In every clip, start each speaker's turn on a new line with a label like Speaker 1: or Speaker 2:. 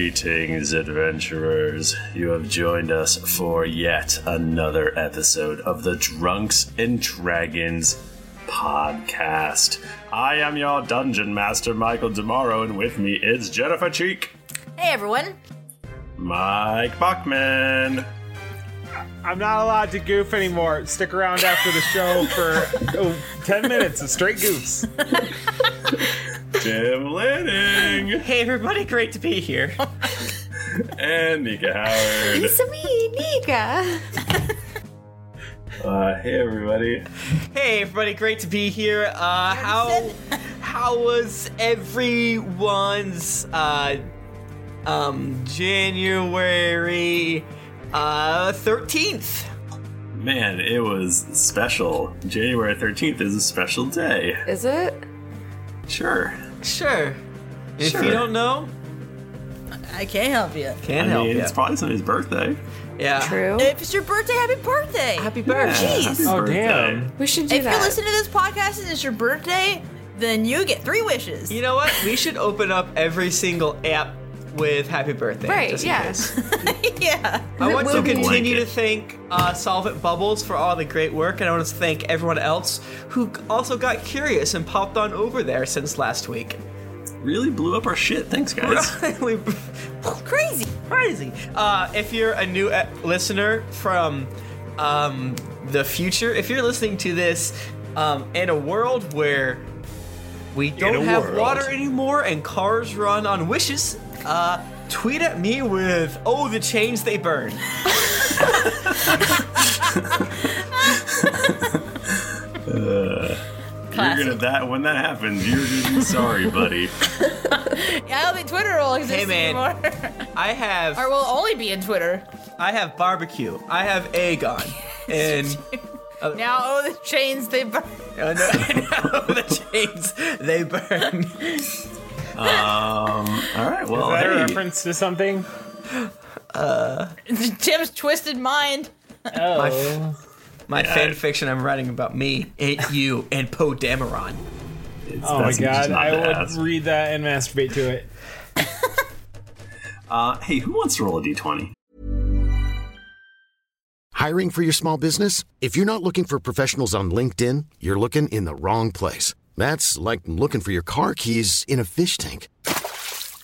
Speaker 1: Greetings, adventurers. You have joined us for yet another episode of the Drunks and Dragons podcast. I am your dungeon master, Michael Demaro, and with me is Jennifer Cheek,
Speaker 2: Hey everyone.
Speaker 1: Mike Bachman,
Speaker 3: I'm not allowed to goof anymore. Stick around after the show for oh, 10 minutes of straight goofs.
Speaker 1: Tim Lanning,
Speaker 4: Hey everybody, great to be here.
Speaker 1: and Nika Howard.
Speaker 2: It's me, Nika.
Speaker 1: Uh, hey, everybody.
Speaker 4: hey everybody, great to be here. Uh how how was everyone's uh um January uh 13th?
Speaker 1: Man, it was special. January 13th is a special day.
Speaker 2: Is it?
Speaker 1: Sure.
Speaker 4: Sure. If
Speaker 1: Sure.
Speaker 4: you don't know,
Speaker 5: I can't help you.
Speaker 4: can't
Speaker 1: I
Speaker 4: help
Speaker 1: mean,
Speaker 4: you.
Speaker 1: it's probably somebody's birthday.
Speaker 4: yeah.
Speaker 2: True.
Speaker 5: If it's your birthday, happy birthday.
Speaker 4: Happy
Speaker 1: Yeah,
Speaker 4: birthday.
Speaker 1: happy
Speaker 3: Oh,
Speaker 1: birthday.
Speaker 3: damn.
Speaker 2: we should do
Speaker 5: if
Speaker 2: that.
Speaker 5: you're listening to this podcast and it's your birthday, then you get three wishes.
Speaker 4: You know what? We should open up every single app with happy birthday.
Speaker 2: Right,
Speaker 4: just in
Speaker 2: yeah.
Speaker 4: case.
Speaker 5: yeah.
Speaker 4: I
Speaker 2: It
Speaker 4: want to
Speaker 2: will be-
Speaker 4: continue
Speaker 1: Blanket.
Speaker 4: to thank uh, Solvent Bubbles for all the great work, and I want to thank everyone else who also got curious and popped on over there since last week.
Speaker 1: Really blew up our shit. Thanks, guys.
Speaker 4: Really
Speaker 5: Crazy.
Speaker 4: Crazy. Uh, if you're a new uh, listener from um, the future, if you're listening to this um, in a world where we don't
Speaker 3: a
Speaker 4: have
Speaker 3: world.
Speaker 4: water anymore and cars run on wishes, uh, tweet at me with, oh, the chains they burn.
Speaker 3: Uh,
Speaker 1: You're gonna that when that happens, you're gonna be sorry, buddy.
Speaker 5: Yeah, I don't think Twitter will exist
Speaker 4: Hey, man.
Speaker 5: anymore.
Speaker 4: I have.
Speaker 5: or we'll only be in Twitter.
Speaker 4: I have barbecue. I have Aegon. And
Speaker 5: Now, oh, the chains, they burn.
Speaker 4: I know- I know oh, the chains, they burn.
Speaker 1: Um, All right, well,
Speaker 3: Is that a
Speaker 1: hey, Uh,
Speaker 3: reference to something?
Speaker 5: Tim's twisted mind.
Speaker 3: Oh.
Speaker 4: My
Speaker 1: Yeah,
Speaker 4: fan
Speaker 1: I-
Speaker 4: fiction I'm writing about me, it, you, and Poe Dameron.
Speaker 1: it's-
Speaker 3: Oh my
Speaker 1: that's just
Speaker 3: god.
Speaker 1: not
Speaker 3: I
Speaker 1: to
Speaker 3: would
Speaker 1: ask.
Speaker 3: read that and masturbate to it.
Speaker 1: Uh, hey, who wants to roll a d20?
Speaker 6: Hiring for your small business? If you're not looking for professionals on LinkedIn, you're looking in the wrong place. That's like looking for your car keys in a fish tank.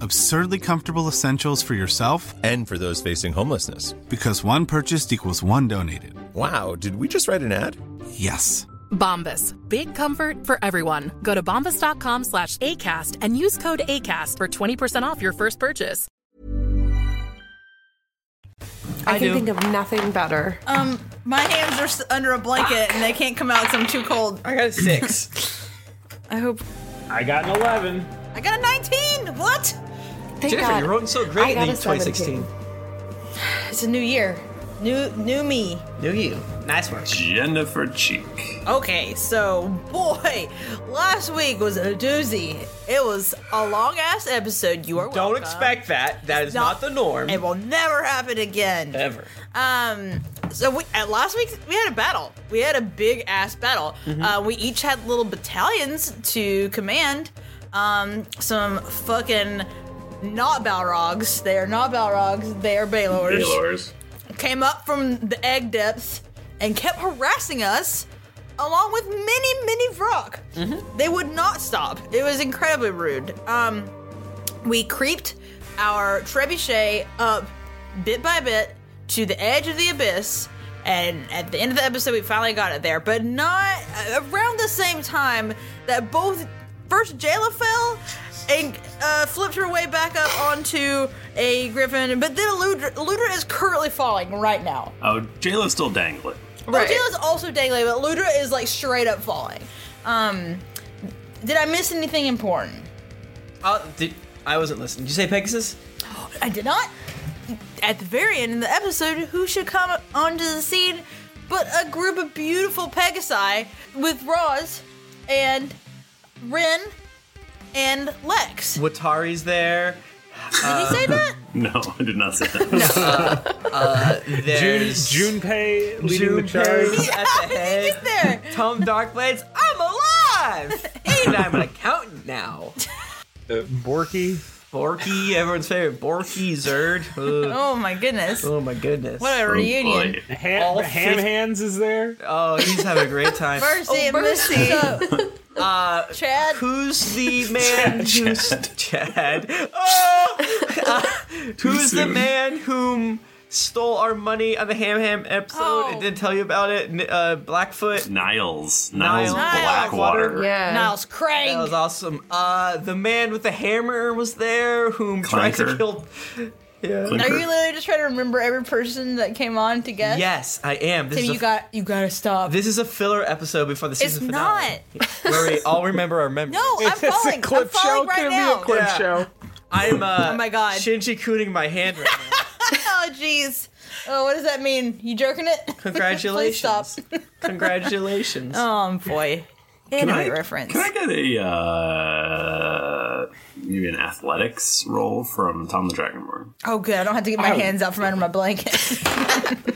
Speaker 7: Absurdly comfortable essentials for yourself
Speaker 8: And for those facing homelessness.
Speaker 7: because one purchased equals one donated.
Speaker 8: Wow, did we just write an ad?
Speaker 7: Yes.
Speaker 9: Bombas. Big comfort for everyone. Go to bombas.com slash ACAST and use code ACAST for 20% off your first purchase.
Speaker 2: I,
Speaker 4: I
Speaker 2: can
Speaker 4: do.
Speaker 2: think of nothing better.
Speaker 5: Um, my hands are s- under a blanket and they can't come out because I'm too cold.
Speaker 4: I got a six.
Speaker 2: I hope
Speaker 3: I got an 11.
Speaker 5: I got a 19. What?
Speaker 2: Thank
Speaker 4: Jennifer,
Speaker 2: God.
Speaker 4: you're rolling so
Speaker 2: I
Speaker 4: great
Speaker 2: got
Speaker 4: in
Speaker 2: a
Speaker 4: 2016.
Speaker 5: It's a new year. New new me.
Speaker 4: New you. Nice work.
Speaker 1: Jennifer Cheek.
Speaker 5: Okay, so boy, last week was a doozy. It was a long ass episode. You are
Speaker 4: Don't expect that. That is not, the norm.
Speaker 5: It will never happen again.
Speaker 4: Ever.
Speaker 5: Um, so we, at last week we had a battle. We had a big ass battle.
Speaker 4: Mhm.
Speaker 5: Uh, we each had little battalions to command. Um, some fucking not Balrogs. They are not Balrogs. They are Baylors. Came up from the egg depths and kept harassing us, along with many, many Vrock. They would not stop. It was incredibly rude. Um, we creeped our trebuchet up bit by bit to the edge of the abyss. And at the end of the episode, we finally got it there, but not uh, around the same time that both first Jayla fell and uh, flipped her way back up onto a griffin, but then Ludra, Ludra is currently falling right now.
Speaker 1: Oh, Jayla's still dangling.
Speaker 5: Right. Jayla's also dangling, but Ludra is like straight up falling. Um, did I miss anything important?
Speaker 4: Oh, did, I wasn't listening. Did you say Pegasus?
Speaker 5: I did not. At the very end of the episode, who should come onto the scene but a group of beautiful Pegasi with Roz and Rin and Lex.
Speaker 4: Watari's there. Um, Did
Speaker 5: he say that?
Speaker 1: No, I did not say that.
Speaker 3: June,
Speaker 4: Uh, there's-
Speaker 3: Junpei leading the charge.
Speaker 4: Junpei's at the head. Tom Darkblades, I'm alive! and I'm an accountant now.
Speaker 3: Uh, Borky.
Speaker 4: Borky, everyone's favorite. Borky, Zerd. Ugh.
Speaker 5: Oh my goodness.
Speaker 4: Oh my goodness.
Speaker 5: What a reunion.
Speaker 3: Ham,
Speaker 4: All
Speaker 3: ham
Speaker 4: fif-
Speaker 3: Hands is there.
Speaker 4: Oh, he's having a great time.
Speaker 5: Mercy, oh, mercy.
Speaker 4: Uh,
Speaker 5: Chad.
Speaker 4: Who's the man who's Chad? Oh! Uh, who's the man whom stole our money on the Ham Ham episode?
Speaker 5: Oh.
Speaker 4: It didn't tell you about it. N- Uh, Blackfoot.
Speaker 1: Niles. Niles,
Speaker 4: Niles.
Speaker 1: Blackwater.
Speaker 5: Niles Crane.
Speaker 4: That was awesome. Uh, the man with the hammer was there, whom tried to
Speaker 1: Clanker.
Speaker 4: kill. Yeah.
Speaker 5: Are you literally just trying to remember every person that came on to guess?
Speaker 4: Yes, I am. This
Speaker 5: Tim,
Speaker 4: is a,
Speaker 5: you got you gotta stop.
Speaker 4: This is a filler episode before the
Speaker 5: It's
Speaker 4: season finale,
Speaker 5: not.
Speaker 4: where we all remember our memories.
Speaker 5: No, I'm falling. I'm falling right now.
Speaker 4: Yeah. I'm. Uh, oh my god. Shinji cooning my hand right now.
Speaker 5: oh jeez. Oh, what does that mean? You jerking it? Please stop.
Speaker 4: Congratulations.
Speaker 5: Um, boy.
Speaker 1: Can
Speaker 5: Anime
Speaker 1: I-
Speaker 5: reference.
Speaker 1: Can I get a uh, maybe an athletics roll from Tom the Dragonborn?
Speaker 5: Oh, good. I don't have to get my hands out from under my blanket.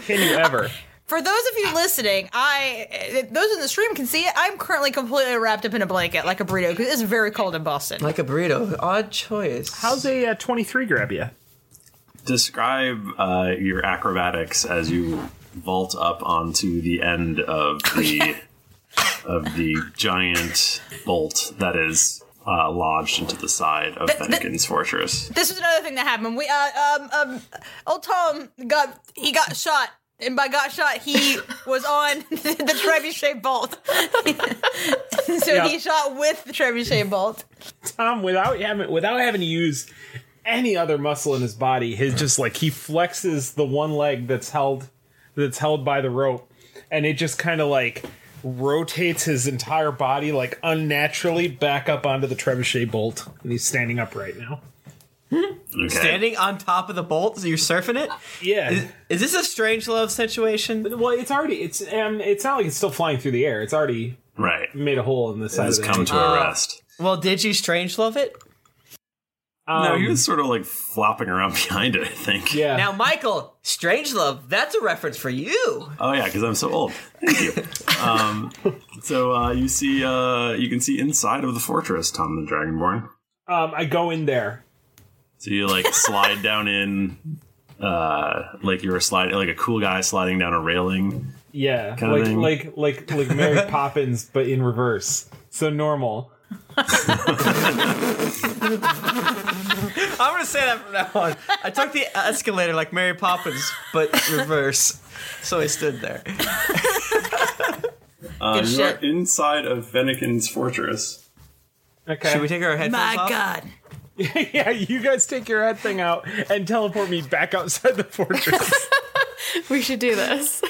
Speaker 1: Can you ever?
Speaker 5: For those of you listening, I those in the stream can see it. I'm currently completely wrapped up in a blanket like a burrito because it's very cold in Boston.
Speaker 4: Like a burrito. Odd choice.
Speaker 3: How's a uh, 23 grab you?
Speaker 1: Describe uh, your acrobatics as you vault up onto the end of the of the giant bolt that is uh, lodged into the side of Fennekin's fortress.
Speaker 5: This was another thing that happened. We uh, um um old Tom got he got shot. And by got shot, he was on the, trebuchet bolt. so he
Speaker 3: Yeah.
Speaker 5: shot with the trebuchet bolt.
Speaker 3: Tom, without having without having to use any other muscle in his body, his just like he flexes the one leg that's held that's held by the rope, and it just kind of like rotates his entire body like unnaturally back up onto the trebuchet bolt, and he's standing up right now.
Speaker 4: Standing on top of the bolt, so you're surfing it.
Speaker 3: Yeah.
Speaker 4: Is, is this a strange love situation? Uh,
Speaker 3: Well, it's already it's um it's not like it's still flying through the air. It's already
Speaker 1: right
Speaker 3: made a hole in the side.
Speaker 1: has
Speaker 3: of the
Speaker 1: come to a Uh, rest.
Speaker 4: Well, did you strange love it?
Speaker 3: Um,
Speaker 1: no, he was sort of like flopping around behind it. I think.
Speaker 4: Now, Michael, strange love. That's a reference for you.
Speaker 1: Oh yeah, because I'm so old. Thank you. um, so uh, you see, uh, you can see inside of the fortress, Tom the Dragonborn.
Speaker 3: Um, I go in there.
Speaker 1: So you like slide down in, uh, like you were sliding, like a cool guy sliding down a railing.
Speaker 3: Yeah,
Speaker 1: Kinda
Speaker 3: like
Speaker 1: thing.
Speaker 3: like like like Mary Poppins, but in reverse. So normal.
Speaker 4: I'm gonna say that from now on. I took the escalator like Mary Poppins, but reverse. So I stood there.
Speaker 1: Uh,
Speaker 4: Good
Speaker 1: you
Speaker 4: shit.
Speaker 1: are inside of Fennekin's fortress.
Speaker 3: Okay.
Speaker 4: Should we take our headphones off?
Speaker 3: yeah, you guys take your head thing out and teleport me back outside the fortress.
Speaker 4: We should do this.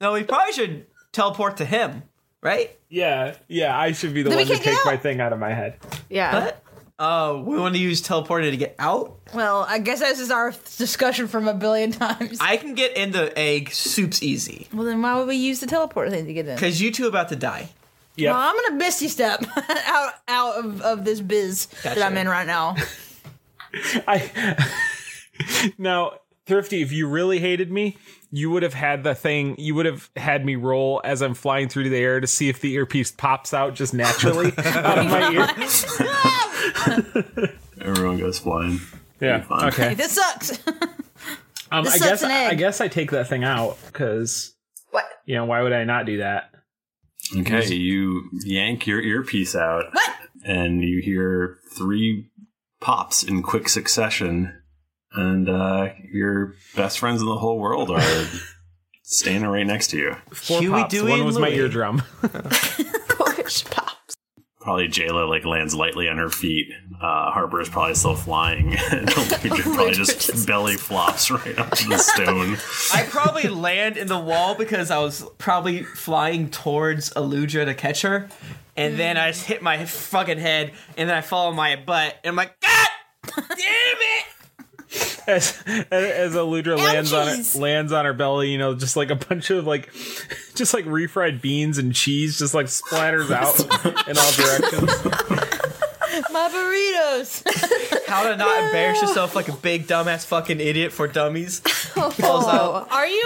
Speaker 4: No, we probably should teleport to him, right?
Speaker 3: yeah, yeah, I should be the
Speaker 4: Then we
Speaker 3: one to
Speaker 4: can't get
Speaker 3: take my thing out of my head.
Speaker 2: Yeah.
Speaker 4: What? Uh, we want to use teleporter to get out.
Speaker 5: Well, I guess this is our discussion from a billion times.
Speaker 4: I can get in the egg soups easy
Speaker 5: Well, then why would we use the teleporter thing to get in?
Speaker 4: because you two about to die.
Speaker 5: Well, I'm gonna bisty step out out of, of this biz
Speaker 3: Gotcha.
Speaker 5: that I'm in right now.
Speaker 3: Now, Thrifty, if you really hated me, you would have had the thing, you would have had me roll as I'm flying through the air to see if the earpiece pops out just naturally out of my ear.
Speaker 1: Everyone goes flying.
Speaker 3: Yeah. Okay.
Speaker 5: this sucks.
Speaker 3: Um,
Speaker 5: This
Speaker 3: I
Speaker 5: sucks
Speaker 3: guess
Speaker 5: an egg.
Speaker 3: I guess I take that thing out because what? You know why would I not do that?
Speaker 1: Okay, you yank your earpiece out, and you hear three pops in quick succession, and uh, your best friends in the whole world are standing right next to you.
Speaker 3: Four pops. One was my eardrum.
Speaker 1: Probably Jayla like lands lightly on her feet. Uh, Harper is probably still flying. And Eldridge probably just, belly flops right onto the stone.
Speaker 4: I probably land in the wall because I was probably flying towards Aludra to catch her, and then I just hit my fucking head, and then I fall on my butt, and I'm like, God damn it!
Speaker 3: as as Aludra lands on it, lands on her belly, you know, just like a bunch of like, just like refried beans and cheese, just like splatters out in all directions.
Speaker 5: My burritos.
Speaker 4: How to not embarrass yourself like a big dumbass fucking idiot for dummies? Falls
Speaker 5: oh,
Speaker 4: out.
Speaker 5: are you?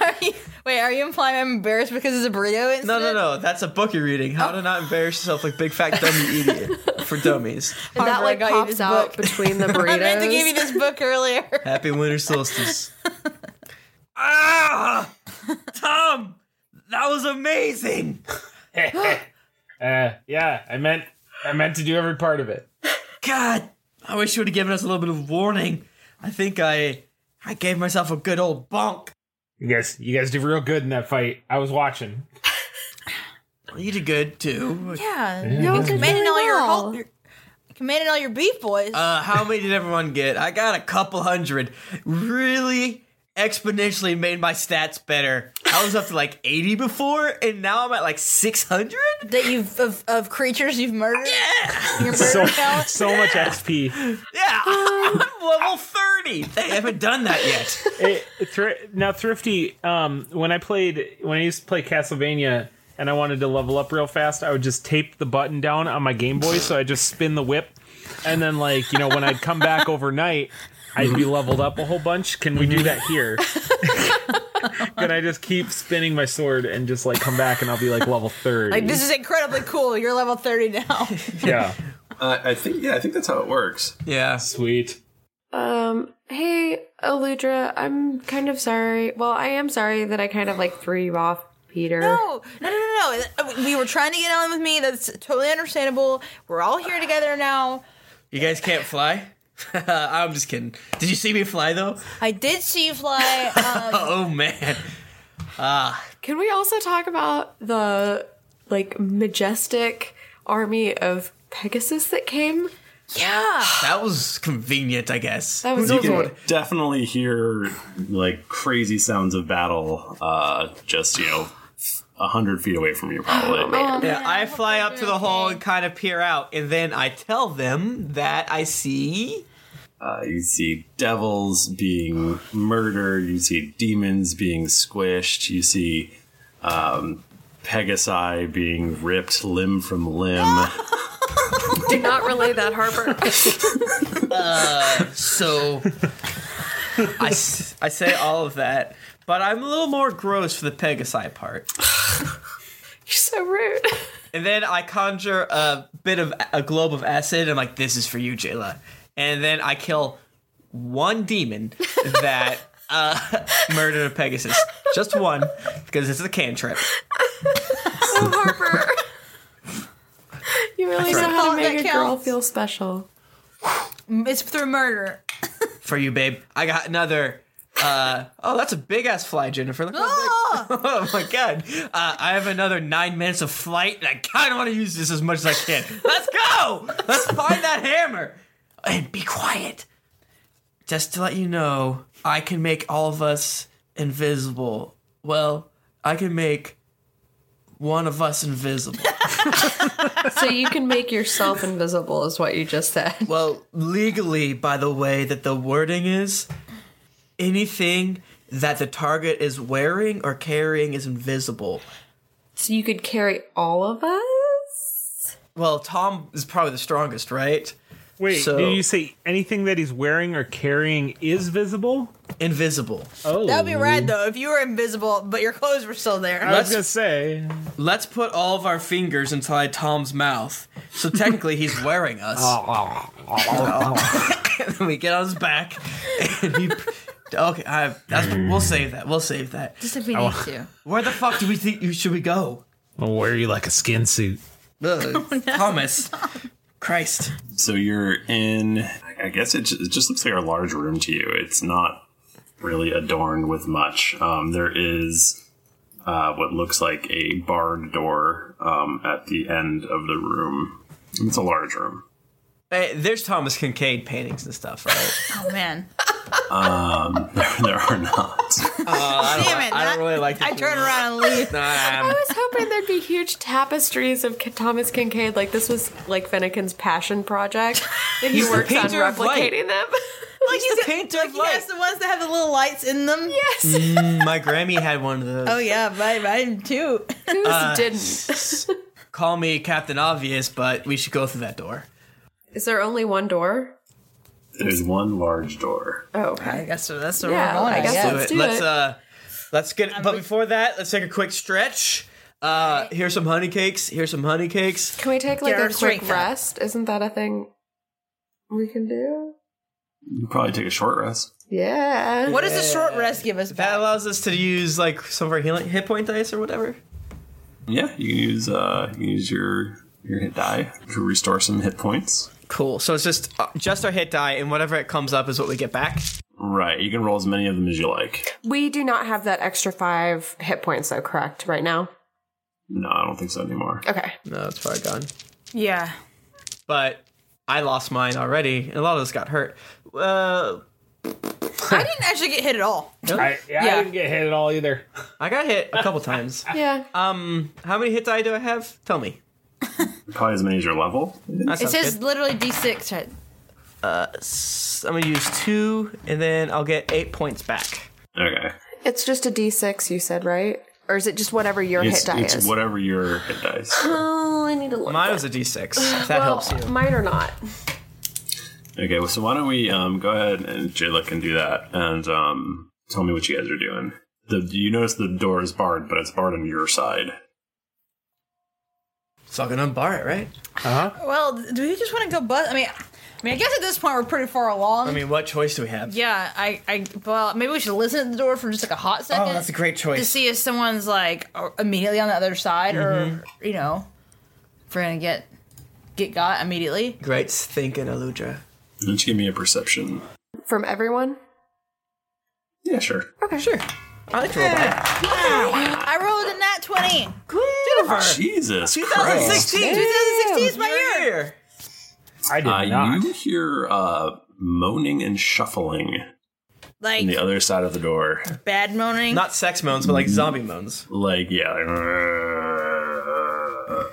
Speaker 5: Are you? Wait, are you implying I'm embarrassed because it's a burrito? Incident?
Speaker 4: No, no, no. That's a book you're reading. How to not embarrass yourself like big fat dummy idiot for dummies.
Speaker 2: And that like pops out between the burritos.
Speaker 5: I meant to give you this book earlier.
Speaker 4: Happy winter solstice.
Speaker 5: Ah!
Speaker 4: Tom, that was amazing.
Speaker 3: Uh, yeah, I meant I meant to do every part of it.
Speaker 4: God, I wish you would have given us a little bit of warning. I think I I gave myself a good old bonk.
Speaker 3: You guys, you guys did real good in that fight. I was watching.
Speaker 4: You did good too.
Speaker 5: Yeah,
Speaker 3: Yeah, you did
Speaker 5: commanded
Speaker 2: really
Speaker 5: all your,
Speaker 2: well.
Speaker 5: whole, your commanded all your beef boys.
Speaker 4: Uh, how many did everyone get? I got a couple hundred. Really exponentially made my stats better. I was up to like 80 before, and now I'm at like 600?
Speaker 5: that you've of, of creatures you've murdered. Yeah, your murder
Speaker 3: So
Speaker 5: count.
Speaker 3: so much XP.
Speaker 4: Yeah, I'm level 30. They haven't done that yet.
Speaker 3: It, thr- now, Thrifty, um, when I played when I used to play Castlevania. And I wanted to level up real fast. I would just tape the button down on my Game Boy, so I would just spin the whip, and then like you know when I'd come back overnight, I'd be leveled up a whole bunch. Can we do that here? Can I just keep spinning my sword and just like come back and I'll be like level thirty?
Speaker 5: Like this is incredibly cool. You're level thirty now.
Speaker 3: yeah.
Speaker 1: Uh, I think yeah, I think that's how it works.
Speaker 4: Yeah,
Speaker 3: sweet.
Speaker 2: Um, hey, Aludra, I'm kind of sorry. Well, I am sorry that I kind of like threw you off, Peter.
Speaker 5: No, no, no, no, no. We were trying to get on with me. That's totally understandable. We're all here together now.
Speaker 4: You guys can't fly? I'm just kidding. Did you see me fly though?
Speaker 5: I did see you fly. Um,
Speaker 4: oh man. Ah,
Speaker 2: Can we also talk about the like majestic army of Pegasus that came?
Speaker 5: Yeah.
Speaker 4: that was convenient, I guess.
Speaker 2: That was
Speaker 1: you
Speaker 2: okay.
Speaker 1: can definitely hear like crazy sounds of battle. Uh, just you know, a hundred feet away from you, probably.
Speaker 4: Oh, yeah, I fly up to the hole and kind of peer out, and then I tell them that I see.
Speaker 1: Uh, you see devils being murdered. You see demons being squished. You see um, Pegasi being ripped limb from limb.
Speaker 2: Do not relay that, Harper.
Speaker 4: Uh, so I, s- I say all of that, but I'm a little more gross for the Pegasi part.
Speaker 2: You're so rude.
Speaker 4: And then I conjure a bit of a globe of acid. And I'm like, this is for you, Jayla. And then I kill one demon that uh, murdered a Pegasus. Just one, because it's a cantrip.
Speaker 2: Oh, Harper. you really
Speaker 4: That's
Speaker 2: know
Speaker 4: right.
Speaker 2: how to
Speaker 5: That
Speaker 2: make a girl
Speaker 5: counts.
Speaker 2: feel special.
Speaker 5: it's through murder.
Speaker 4: For you, babe. I got another. Uh, oh, that's a big ass fly, Jennifer. Look how
Speaker 5: Ah!
Speaker 4: big- oh my god. Uh, I have another nine minutes of flight, and I kind of want to use this as much as I can. Let's go! Let's find that hammer! Oh, And be quiet. Just to let you know, I can make all of us invisible. Well, I can make one of us invisible.
Speaker 2: so you can make yourself invisible, is what you just said.
Speaker 4: Well, legally, by the way, that the wording is anything that the target is wearing or carrying is invisible.
Speaker 2: So you could carry all of us?
Speaker 4: Well, Tom is probably the strongest, right?
Speaker 3: Wait,
Speaker 4: So-
Speaker 3: did you say anything that he's wearing or carrying is visible?
Speaker 4: Invisible.
Speaker 3: Oh,
Speaker 5: That'd be rad though if you were invisible, but your clothes were still there.
Speaker 3: say.
Speaker 4: Let's put all of our fingers inside Tom's mouth. So technically, he's wearing us. and then we get on his back, and he. Okay, I, that's, we'll save that. We'll save that.
Speaker 5: Just if we
Speaker 3: I
Speaker 5: need
Speaker 3: wa-
Speaker 5: to.
Speaker 4: Where the fuck do we think you should we go?
Speaker 3: I'll wear you like a skin suit.
Speaker 4: Ugh, Thomas, Christ.
Speaker 1: So you're in. I guess it just, it just looks like a large room to you. It's not really adorned with much. Um, there is uh, what looks like a barred door um, at the end of the room. It's a large room.
Speaker 4: Hey, there's Thomas Kincaid paintings and stuff, right?
Speaker 5: Oh man.
Speaker 1: Um, there are not.
Speaker 4: Uh, I don't,
Speaker 5: Damn it,
Speaker 4: I don't
Speaker 5: that-
Speaker 4: really like. This
Speaker 5: I turn around and leave.
Speaker 2: I
Speaker 4: Nah,
Speaker 2: was hoping there'd be huge tapestries of K- Thomas Kincaid. Like this was like Finnegan's passion project, and he
Speaker 4: He's the
Speaker 2: works on
Speaker 4: painter of light.
Speaker 2: replicating them.
Speaker 5: Like
Speaker 4: he's the painter of
Speaker 5: like he has
Speaker 4: light.
Speaker 5: the ones that have the little lights in them. Yes.
Speaker 4: Mm, my Grammy had one of those.
Speaker 5: Oh yeah, mine, mine too.
Speaker 2: Who's
Speaker 3: Uh,
Speaker 2: didn't?
Speaker 4: Call me Captain Obvious, but we should go through that door.
Speaker 2: Is there only one door?
Speaker 1: There's one large door.
Speaker 2: Oh, okay.
Speaker 5: I guess so. That's what
Speaker 2: Yeah,
Speaker 5: we're going.
Speaker 2: I
Speaker 5: I
Speaker 2: guess
Speaker 5: guess.
Speaker 2: so. Let's do
Speaker 4: let's
Speaker 2: it.
Speaker 4: uh let's get but before that, let's take a quick stretch. Uh here's some honey cakes, here's some honey cakes.
Speaker 2: Can we take like
Speaker 5: Get our
Speaker 2: a quick
Speaker 5: strength up.
Speaker 2: rest? Isn't that a thing we can do?
Speaker 1: You can probably take a short rest.
Speaker 2: Yeah.
Speaker 5: What does a short rest give us?
Speaker 4: That
Speaker 5: Back?
Speaker 4: allows us to use like some of our healing hit point dice or whatever.
Speaker 1: Yeah, you can use uh, you can use your your hit die to restore some hit points.
Speaker 4: Cool. So it's just uh, just our hit die and whatever it comes up is what we get back.
Speaker 1: Right, you can roll as many of them as you like.
Speaker 2: We do not have that extra five hit points though, correct? Right now.
Speaker 1: No, I don't think so anymore.
Speaker 2: Okay.
Speaker 4: No, it's far gone.
Speaker 5: Yeah.
Speaker 4: But I lost mine already. and A lot of us got hurt. Uh,
Speaker 5: I didn't actually get hit at all.
Speaker 3: I, yeah, I
Speaker 5: Yeah.
Speaker 3: didn't get hit at all either.
Speaker 4: I got hit a couple times.
Speaker 2: Yeah.
Speaker 4: Um, how many hit die do I have? Tell me.
Speaker 1: Probably as many as your level.
Speaker 4: That
Speaker 5: It
Speaker 4: sounds
Speaker 5: says
Speaker 4: good. Uh,
Speaker 5: literally D6. right?
Speaker 4: S- I'm gonna use two, and then I'll get eight points back.
Speaker 1: Okay.
Speaker 2: It's just a d6, you said, right? Or is it just whatever your
Speaker 1: It's,
Speaker 2: hit die
Speaker 1: it's
Speaker 2: is?
Speaker 1: whatever your hit dice.
Speaker 2: oh, I need to look.
Speaker 4: Mine was a d6. If that
Speaker 2: well,
Speaker 4: helps you.
Speaker 2: Mine or not.
Speaker 1: Okay, well, so why don't we um, go ahead and Jayla can do that and um, tell me what you guys are doing. The, you notice the door is barred, but it's barred on your side.
Speaker 4: So I'm gonna unbar it, right?
Speaker 3: Uh-huh.
Speaker 5: Well, do we just want to go bust? I mean, I mean, I guess at this point we're pretty far along.
Speaker 4: I mean, what choice do we have?
Speaker 5: yeah. I, I, well, maybe we should listen at the door for just like a hot second.
Speaker 4: Oh, that's a great
Speaker 5: to
Speaker 4: choice.
Speaker 5: see if someone's like or- immediately on the other side, or
Speaker 4: Mm-hmm.
Speaker 5: you know, if we're gonna get get got immediately.
Speaker 4: Great thinking, Aludra.
Speaker 1: Why don't you give me a perception?
Speaker 2: From everyone?
Speaker 1: Yeah, sure.
Speaker 2: Okay. Sure.
Speaker 4: I like to roll that.
Speaker 5: I rolled a nat twenty.
Speaker 4: Jennifer,
Speaker 1: Jesus Christ.
Speaker 4: 2016, 2016 is my year.
Speaker 3: I did
Speaker 1: Uh,
Speaker 3: not.
Speaker 1: you hear uh, moaning and shuffling on
Speaker 5: Like
Speaker 1: the other side of the door. Mm-hmm.
Speaker 5: bad moaning.
Speaker 4: Not sex moans, but like zombie moans.
Speaker 1: Like, yeah. Like,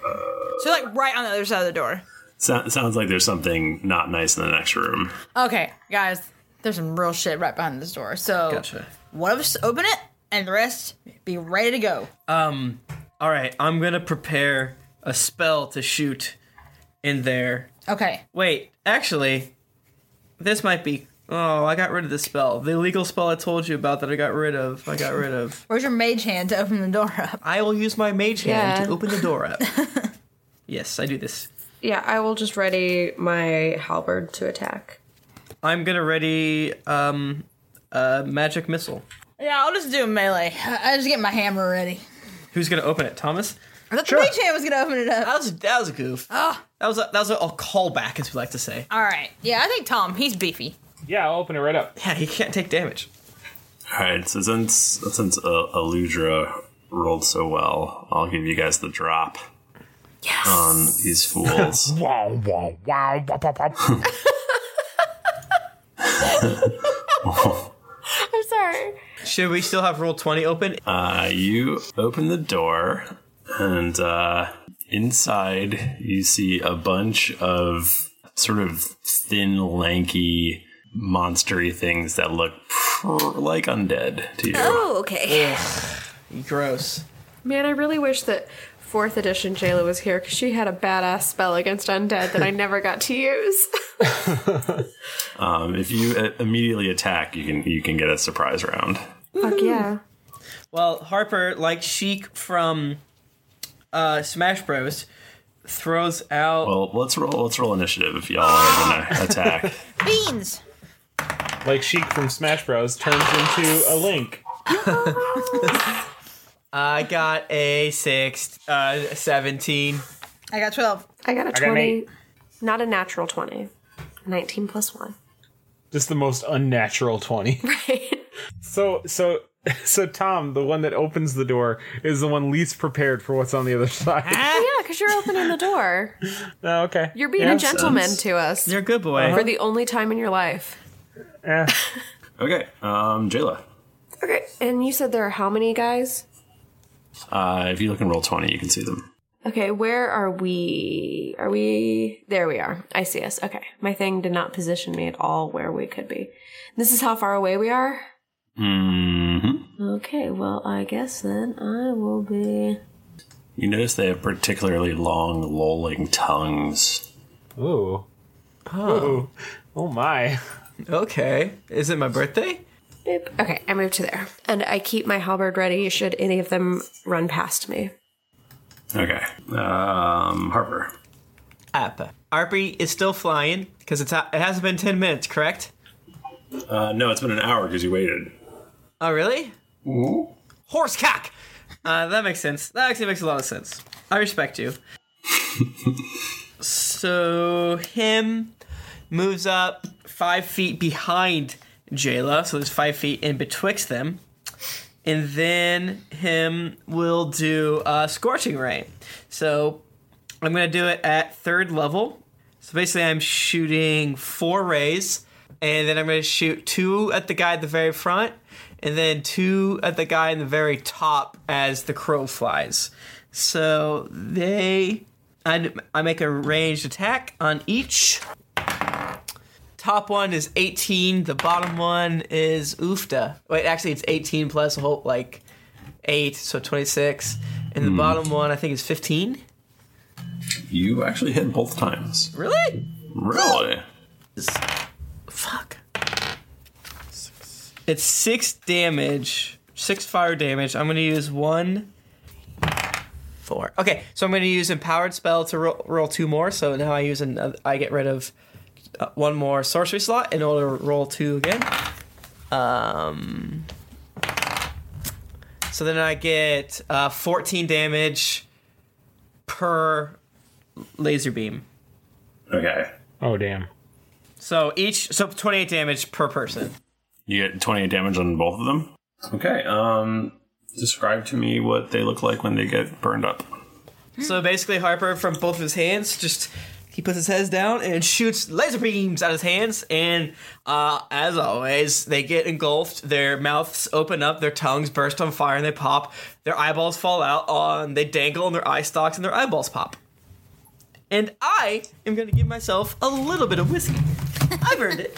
Speaker 5: so like right on the other side of the door.
Speaker 1: so- sounds like there's something not nice in the next room.
Speaker 5: Okay, guys, there's some real shit right behind this door. So
Speaker 4: Gotcha.
Speaker 5: one of us open it, and the rest be ready to go.
Speaker 4: Um, all right, I'm gonna prepare a spell to shoot in there.
Speaker 5: Okay,
Speaker 4: Wait, actually, this might be. Oh, I got rid of the spell. The illegal spell I told you about that I got rid of. I got rid of.
Speaker 5: where's your mage hand to open the door up?
Speaker 4: I will use my mage hand
Speaker 2: Yeah.
Speaker 4: to open the door up. yes, I do this.
Speaker 2: Yeah, I will just ready my halberd to attack.
Speaker 4: I'm gonna ready um a magic missile.
Speaker 5: Yeah, I'll just do a melee. I I just get my hammer ready.
Speaker 4: Who's gonna open it, Thomas?
Speaker 5: I thought the mage hand was gonna open it up. Ah.
Speaker 4: That was that was a goof. That was a, that was a, a callback, as we like to say.
Speaker 5: All right. Yeah, I think Tom. He's beefy.
Speaker 3: Yeah, I'll open it right up.
Speaker 4: Yeah, he can't take damage.
Speaker 1: All right, so since since uh, Aludra rolled so well, I'll give you guys the drop on these fools.
Speaker 7: Wow, wow, wow, wow, wow, wow.
Speaker 2: I'm sorry.
Speaker 4: Should we still have roll twenty open?
Speaker 1: uh, you open the door And uh, inside, you see a bunch of sort of thin, lanky, monstery things that look pr- like undead to you.
Speaker 2: Oh, okay.
Speaker 4: Gross.
Speaker 2: Man, I really wish that fourth edition Jayla was here because she had a badass spell against undead that I never got to use.
Speaker 1: Um, if you uh, immediately attack, you can you can get a surprise round.
Speaker 2: Fuck yeah.
Speaker 4: Well, Harper, like Sheik from uh, Smash Bros, throws out.
Speaker 1: Well, let's roll. Let's roll initiative if y'all are gonna attack.
Speaker 5: Beans.
Speaker 3: Like Sheik from Smash Bros. turns into a Link.
Speaker 4: I got a six, uh, seventeen.
Speaker 5: I got 12.
Speaker 2: I got a
Speaker 4: I got an
Speaker 2: 20.
Speaker 4: eight.
Speaker 2: Not a natural 20. 19 plus 1.
Speaker 3: Just the most unnatural 20. Right. So, so, so Tom, the one that opens the door, is the one least prepared for what's on the other side.
Speaker 2: Yeah, because you're opening the door.
Speaker 3: oh, okay.
Speaker 2: Ah. You're being
Speaker 3: Yeah.
Speaker 2: a gentleman to us.
Speaker 4: You're a good boy.
Speaker 2: For the only time in your life.
Speaker 3: Eh.
Speaker 1: Okay, um, Jayla.
Speaker 2: Okay. And you said there are how many guys?
Speaker 1: Uh, if you look in roll twenty, you can see them.
Speaker 2: Okay, where are we? Are we there? We are. I see us. Okay, my thing did not position me at all where we could be. This is how far away we are.
Speaker 1: hmm
Speaker 2: Okay, well, I guess then I will be.
Speaker 1: You notice they have particularly long, lolling tongues.
Speaker 3: Ooh. Ooh. Oh my.
Speaker 4: Okay. Is it my birthday?
Speaker 2: Boop. Okay, I moved to there, and I keep my halberd ready should any of them run past me.
Speaker 1: Okay, um, Harper.
Speaker 4: Appa. Arpy is still flying because it's it hasn't been ten minutes, correct?
Speaker 1: Uh, no, it's been an hour because you waited.
Speaker 4: Oh, really? Horse cock. Uh, that makes sense. That actually makes a lot of sense. I respect you. so him moves up five feet behind Jayla, so there's five feet in betwixt them, and then him will do uh, scorching ray. So I'm gonna do it at third level. So basically, I'm shooting four rays, and then I'm gonna shoot two at the guy at the very front, and then two at the guy in the very top as the crow flies. So they, I, I make a ranged attack on each. Top one is 18. The bottom one is oofta. Wait, actually, it's 18 plus a whole like eight, so 26. And the bottom one, I think, is 15.
Speaker 1: You actually hit both times.
Speaker 4: Really?
Speaker 1: Really?
Speaker 4: Fuck. It's six damage, six fire damage. I'm gonna use one, four. Okay, so I'm gonna use empowered spell to roll, roll two more. So now I use another. I get rid of uh, one more sorcery slot in order to roll two again. Um. So then I get uh, 14 damage per laser beam.
Speaker 1: Okay.
Speaker 3: Oh damn.
Speaker 4: So each, so 28 damage per person.
Speaker 1: You get 28 damage on both of them. Okay. Um, describe to me what they look like when they get burned up.
Speaker 4: So basically, Harper from both of his hands just he puts his heads down and shoots laser beams out of his hands, and uh, as always, they get engulfed. Their mouths open up, their tongues burst on fire, and they pop. Their eyeballs fall out, on they dangle, and their eye stalks and their eyeballs pop. And I am going to give myself a little bit of whiskey. I've earned it.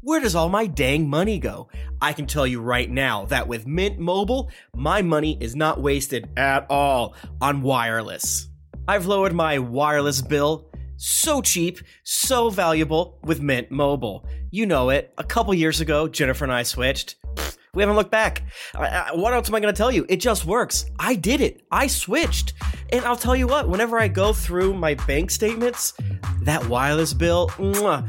Speaker 10: where does all my dang money go? I can tell you right now that with Mint Mobile, my money is not wasted at all on wireless. I've lowered my wireless bill so cheap, so valuable with Mint Mobile. You know it. A couple years ago, Jennifer and I switched. Pfft, we haven't looked back. I- I- what else am I going to tell you? It just works. I did it. I switched. And I'll tell you what, whenever I go through my bank statements, that wireless bill, mwah,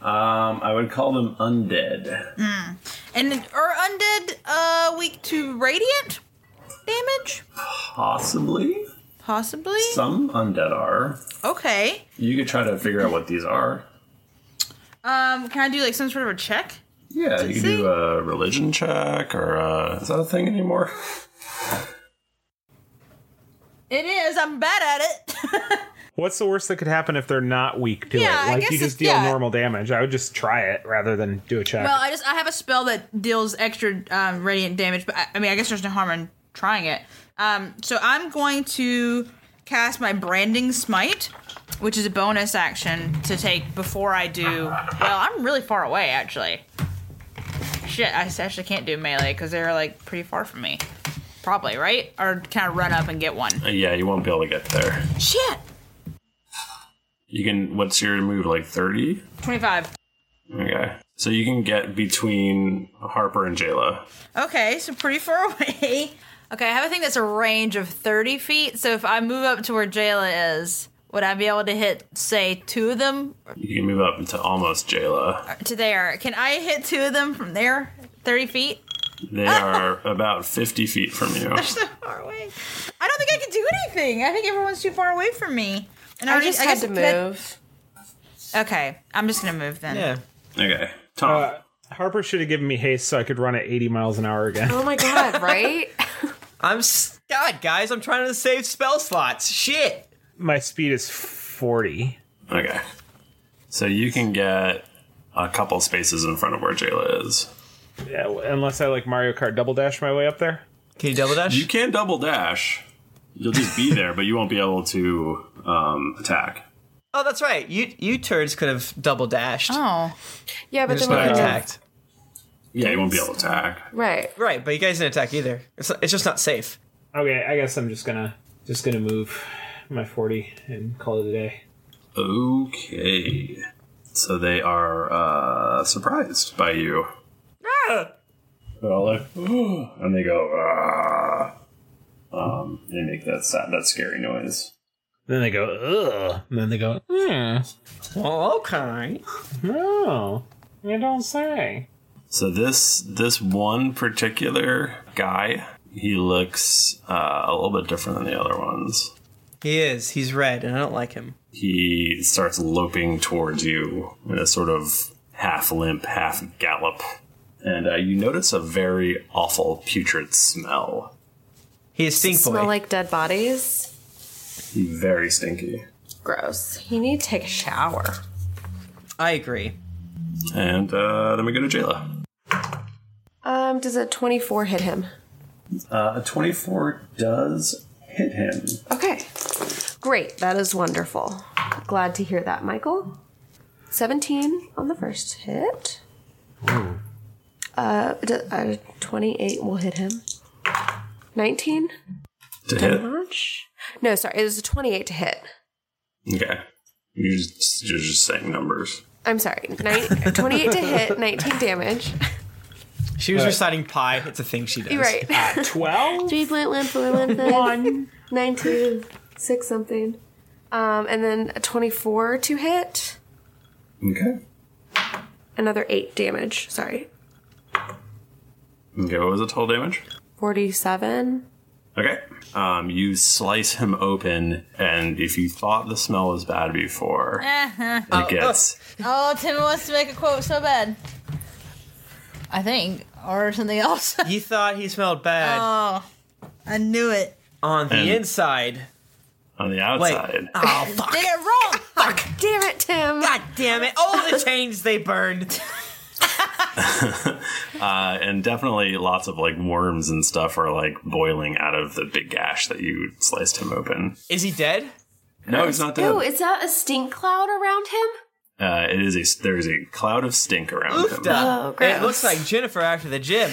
Speaker 1: Um, I would call them undead.
Speaker 5: Mm. And are undead uh, weak to radiant damage?
Speaker 1: Possibly.
Speaker 5: Possibly.
Speaker 1: Some undead are.
Speaker 5: Okay.
Speaker 1: You could try to figure out what these are.
Speaker 5: Um, can I do like some sort of a check?
Speaker 1: Yeah, you could do a religion check or uh is that a thing anymore?
Speaker 5: It is. I'm bad at it.
Speaker 11: What's the worst that could happen if they're not weak to
Speaker 5: Yeah,
Speaker 11: it?
Speaker 5: I
Speaker 11: Like
Speaker 5: guess
Speaker 11: you
Speaker 5: it's-
Speaker 11: just deal
Speaker 5: yeah.
Speaker 11: normal damage. I would just try it rather than do a check.
Speaker 5: Well, I just I have a spell that deals extra um, radiant damage, but I, I mean I guess there's no harm in trying it. Um, so I'm going to cast my branding smite, which is a bonus action to take before I do. Well, I'm really far away actually. Shit, I s- actually can't do melee because they're like pretty far from me. Probably right, or can I run up and get one?
Speaker 1: Uh, yeah, you won't be able to get there.
Speaker 5: Shit,
Speaker 1: You can what's your move, like thirty?
Speaker 5: twenty-five.
Speaker 1: Okay. So you can get between Harper and Jayla.
Speaker 5: Okay, so pretty far away. Okay, I have a thing that's a range of 30 feet, so if I move up to where Jayla is, would I be able to hit, say, two of them
Speaker 1: You can move up to almost Jayla.
Speaker 5: to there? Can I hit two of them from there? 30 feet?
Speaker 1: They are about 50 feet from you.
Speaker 5: They're so far away. I don't think I can do anything. I think everyone's too far away from me. And
Speaker 2: I
Speaker 5: already-
Speaker 2: just had
Speaker 5: guess
Speaker 2: to
Speaker 5: that-
Speaker 2: move.
Speaker 5: okay, I'm just gonna move then.
Speaker 1: Okay.
Speaker 11: Uh,
Speaker 3: Tom. Harper should have given me haste so I could run at 80 miles an hour again.
Speaker 5: Oh,
Speaker 2: Oh my god, right?
Speaker 4: I'm s- God, guys. I'm trying to save spell slots. Shit.
Speaker 3: My speed is 40.
Speaker 1: Okay. So you can get a couple spaces in front of where Jayla is.
Speaker 3: Yeah, unless I like Mario Kart double dash my way up there.
Speaker 4: Can you double dash?
Speaker 1: You can double dash. You'll just be there, but you won't be able to um, attack.
Speaker 4: Oh, that's right. You you turds could have double dashed.
Speaker 5: Oh.
Speaker 2: Yeah, but
Speaker 4: Just
Speaker 2: then
Speaker 4: not
Speaker 2: we could have,
Speaker 4: attacked.
Speaker 1: Yeah, you won't be able to attack.
Speaker 2: right.
Speaker 4: Right, but you guys didn't attack either. It's it's just not safe.
Speaker 3: Okay, I guess I'm just gonna just gonna move my 40 and call it a day.
Speaker 1: Okay. So they are uh, surprised by you.
Speaker 4: Ah!
Speaker 1: They're all like, "Ooh," and they go, ah. Um, they make that sound, that scary noise.
Speaker 3: Then they go, ugh. And then they go, hmm.
Speaker 4: Well, okay.
Speaker 3: No, you don't say.
Speaker 1: So this this one particular guy, he looks uh, a little bit different than the other ones.
Speaker 4: He is. He's red, and I don't like him.
Speaker 1: He starts loping towards you in a sort of half limp, half gallop, and uh, you notice a very awful putrid smell.
Speaker 4: He is
Speaker 1: stink
Speaker 2: Smell like dead bodies.
Speaker 1: He's very stinky.
Speaker 2: Gross. You need to take a shower.
Speaker 4: I agree.
Speaker 1: And uh, then we go to Jayla.
Speaker 2: Um, does a 24 hit him?
Speaker 1: Uh, a twenty-four does hit him.
Speaker 2: Okay. Great. That is wonderful. Glad to hear that, Michael. 17 on the first hit. Uh, d- uh, 28 will hit him. 19?
Speaker 1: To hit?
Speaker 2: Damage? No, sorry. It was a 28 to hit.
Speaker 1: Okay, you're just, you're just saying numbers.
Speaker 2: I'm sorry. Nine, 28 to hit, 19 damage.
Speaker 4: She was
Speaker 2: Right.
Speaker 4: reciting pi. It's a thing she does.
Speaker 2: You're right.
Speaker 3: Twelve?
Speaker 2: Three point one four one thing. One. Nine two six something. Um, and then a twenty four to hit.
Speaker 1: Okay.
Speaker 2: Another eight damage. Sorry.
Speaker 1: Okay, what was the total damage?
Speaker 2: Forty seven.
Speaker 1: Okay. Um, you slice him open, and if you thought the smell was bad before,
Speaker 5: Uh-huh.
Speaker 1: It Oh, gets-
Speaker 5: Oh, Tim wants to make a quote so bad. I think, or something else.
Speaker 4: you thought he smelled bad
Speaker 5: Oh, I knew it.
Speaker 4: on the
Speaker 1: And-
Speaker 4: inside.
Speaker 1: on the outside.
Speaker 4: Oh fuck!
Speaker 5: Did it wrong.
Speaker 4: Fuck!
Speaker 2: Damn it, Tim.
Speaker 4: God damn it! All the chains they burned.
Speaker 1: Uh, and definitely lots of like worms and stuff are like boiling out of the big gash that you sliced him open.
Speaker 4: Is he dead?
Speaker 1: No, he's not
Speaker 2: Ooh,
Speaker 1: dead.
Speaker 2: is that a stink cloud around him?
Speaker 1: Uh, it is a there is a cloud of stink around him.
Speaker 4: Oofda.
Speaker 2: Oh,
Speaker 4: it
Speaker 2: gross.
Speaker 4: looks like Jennifer after the gym.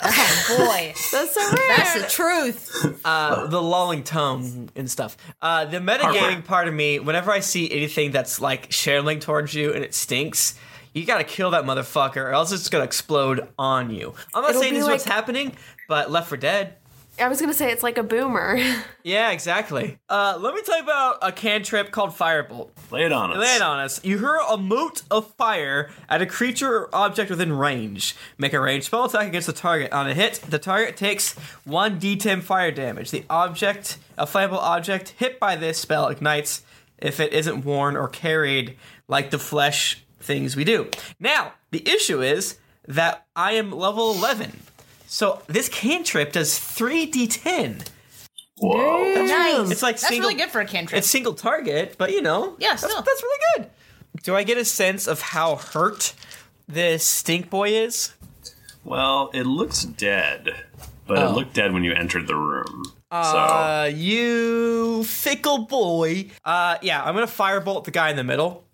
Speaker 5: Boy,
Speaker 2: that's so weird.
Speaker 5: That's the truth.
Speaker 4: Uh, the lulling tone and stuff. Uh, the metagaming part of me, whenever I see anything that's like shambling towards you and it stinks, you gotta kill that motherfucker, or else it's gonna explode on you. I'm not
Speaker 2: It'll
Speaker 4: saying
Speaker 2: be
Speaker 4: this is what's
Speaker 2: like-
Speaker 4: happening, but Left for Dead.
Speaker 2: I was gonna say it's like a boomer.
Speaker 4: Yeah, exactly. Uh, let me tell you about a cantrip called Firebolt.
Speaker 1: Lay it on us.
Speaker 4: Lay it on us. You hurl a mote of fire at a creature or object within range. Make a ranged spell attack against the target. On a hit, the target takes 1d10 fire damage. The object, a flammable object hit by this spell, ignites if it isn't worn or carried like the flesh things we do. Now, the issue is that I am level 11. So this cantrip does 3d10.
Speaker 1: Whoa.
Speaker 5: Nice.
Speaker 4: It's like
Speaker 5: that's
Speaker 4: single
Speaker 5: really good for a cantrip.
Speaker 4: it's single target, but you know.
Speaker 5: Yeah,
Speaker 4: that's,
Speaker 5: still.
Speaker 4: that's really good. Do I get a sense of how hurt this stink boy is?
Speaker 1: Well, it looks dead, but
Speaker 4: Oh.
Speaker 1: it looked dead when you entered the room.
Speaker 4: Uh, you fickle boy. Uh, yeah, I'm gonna firebolt the guy in the middle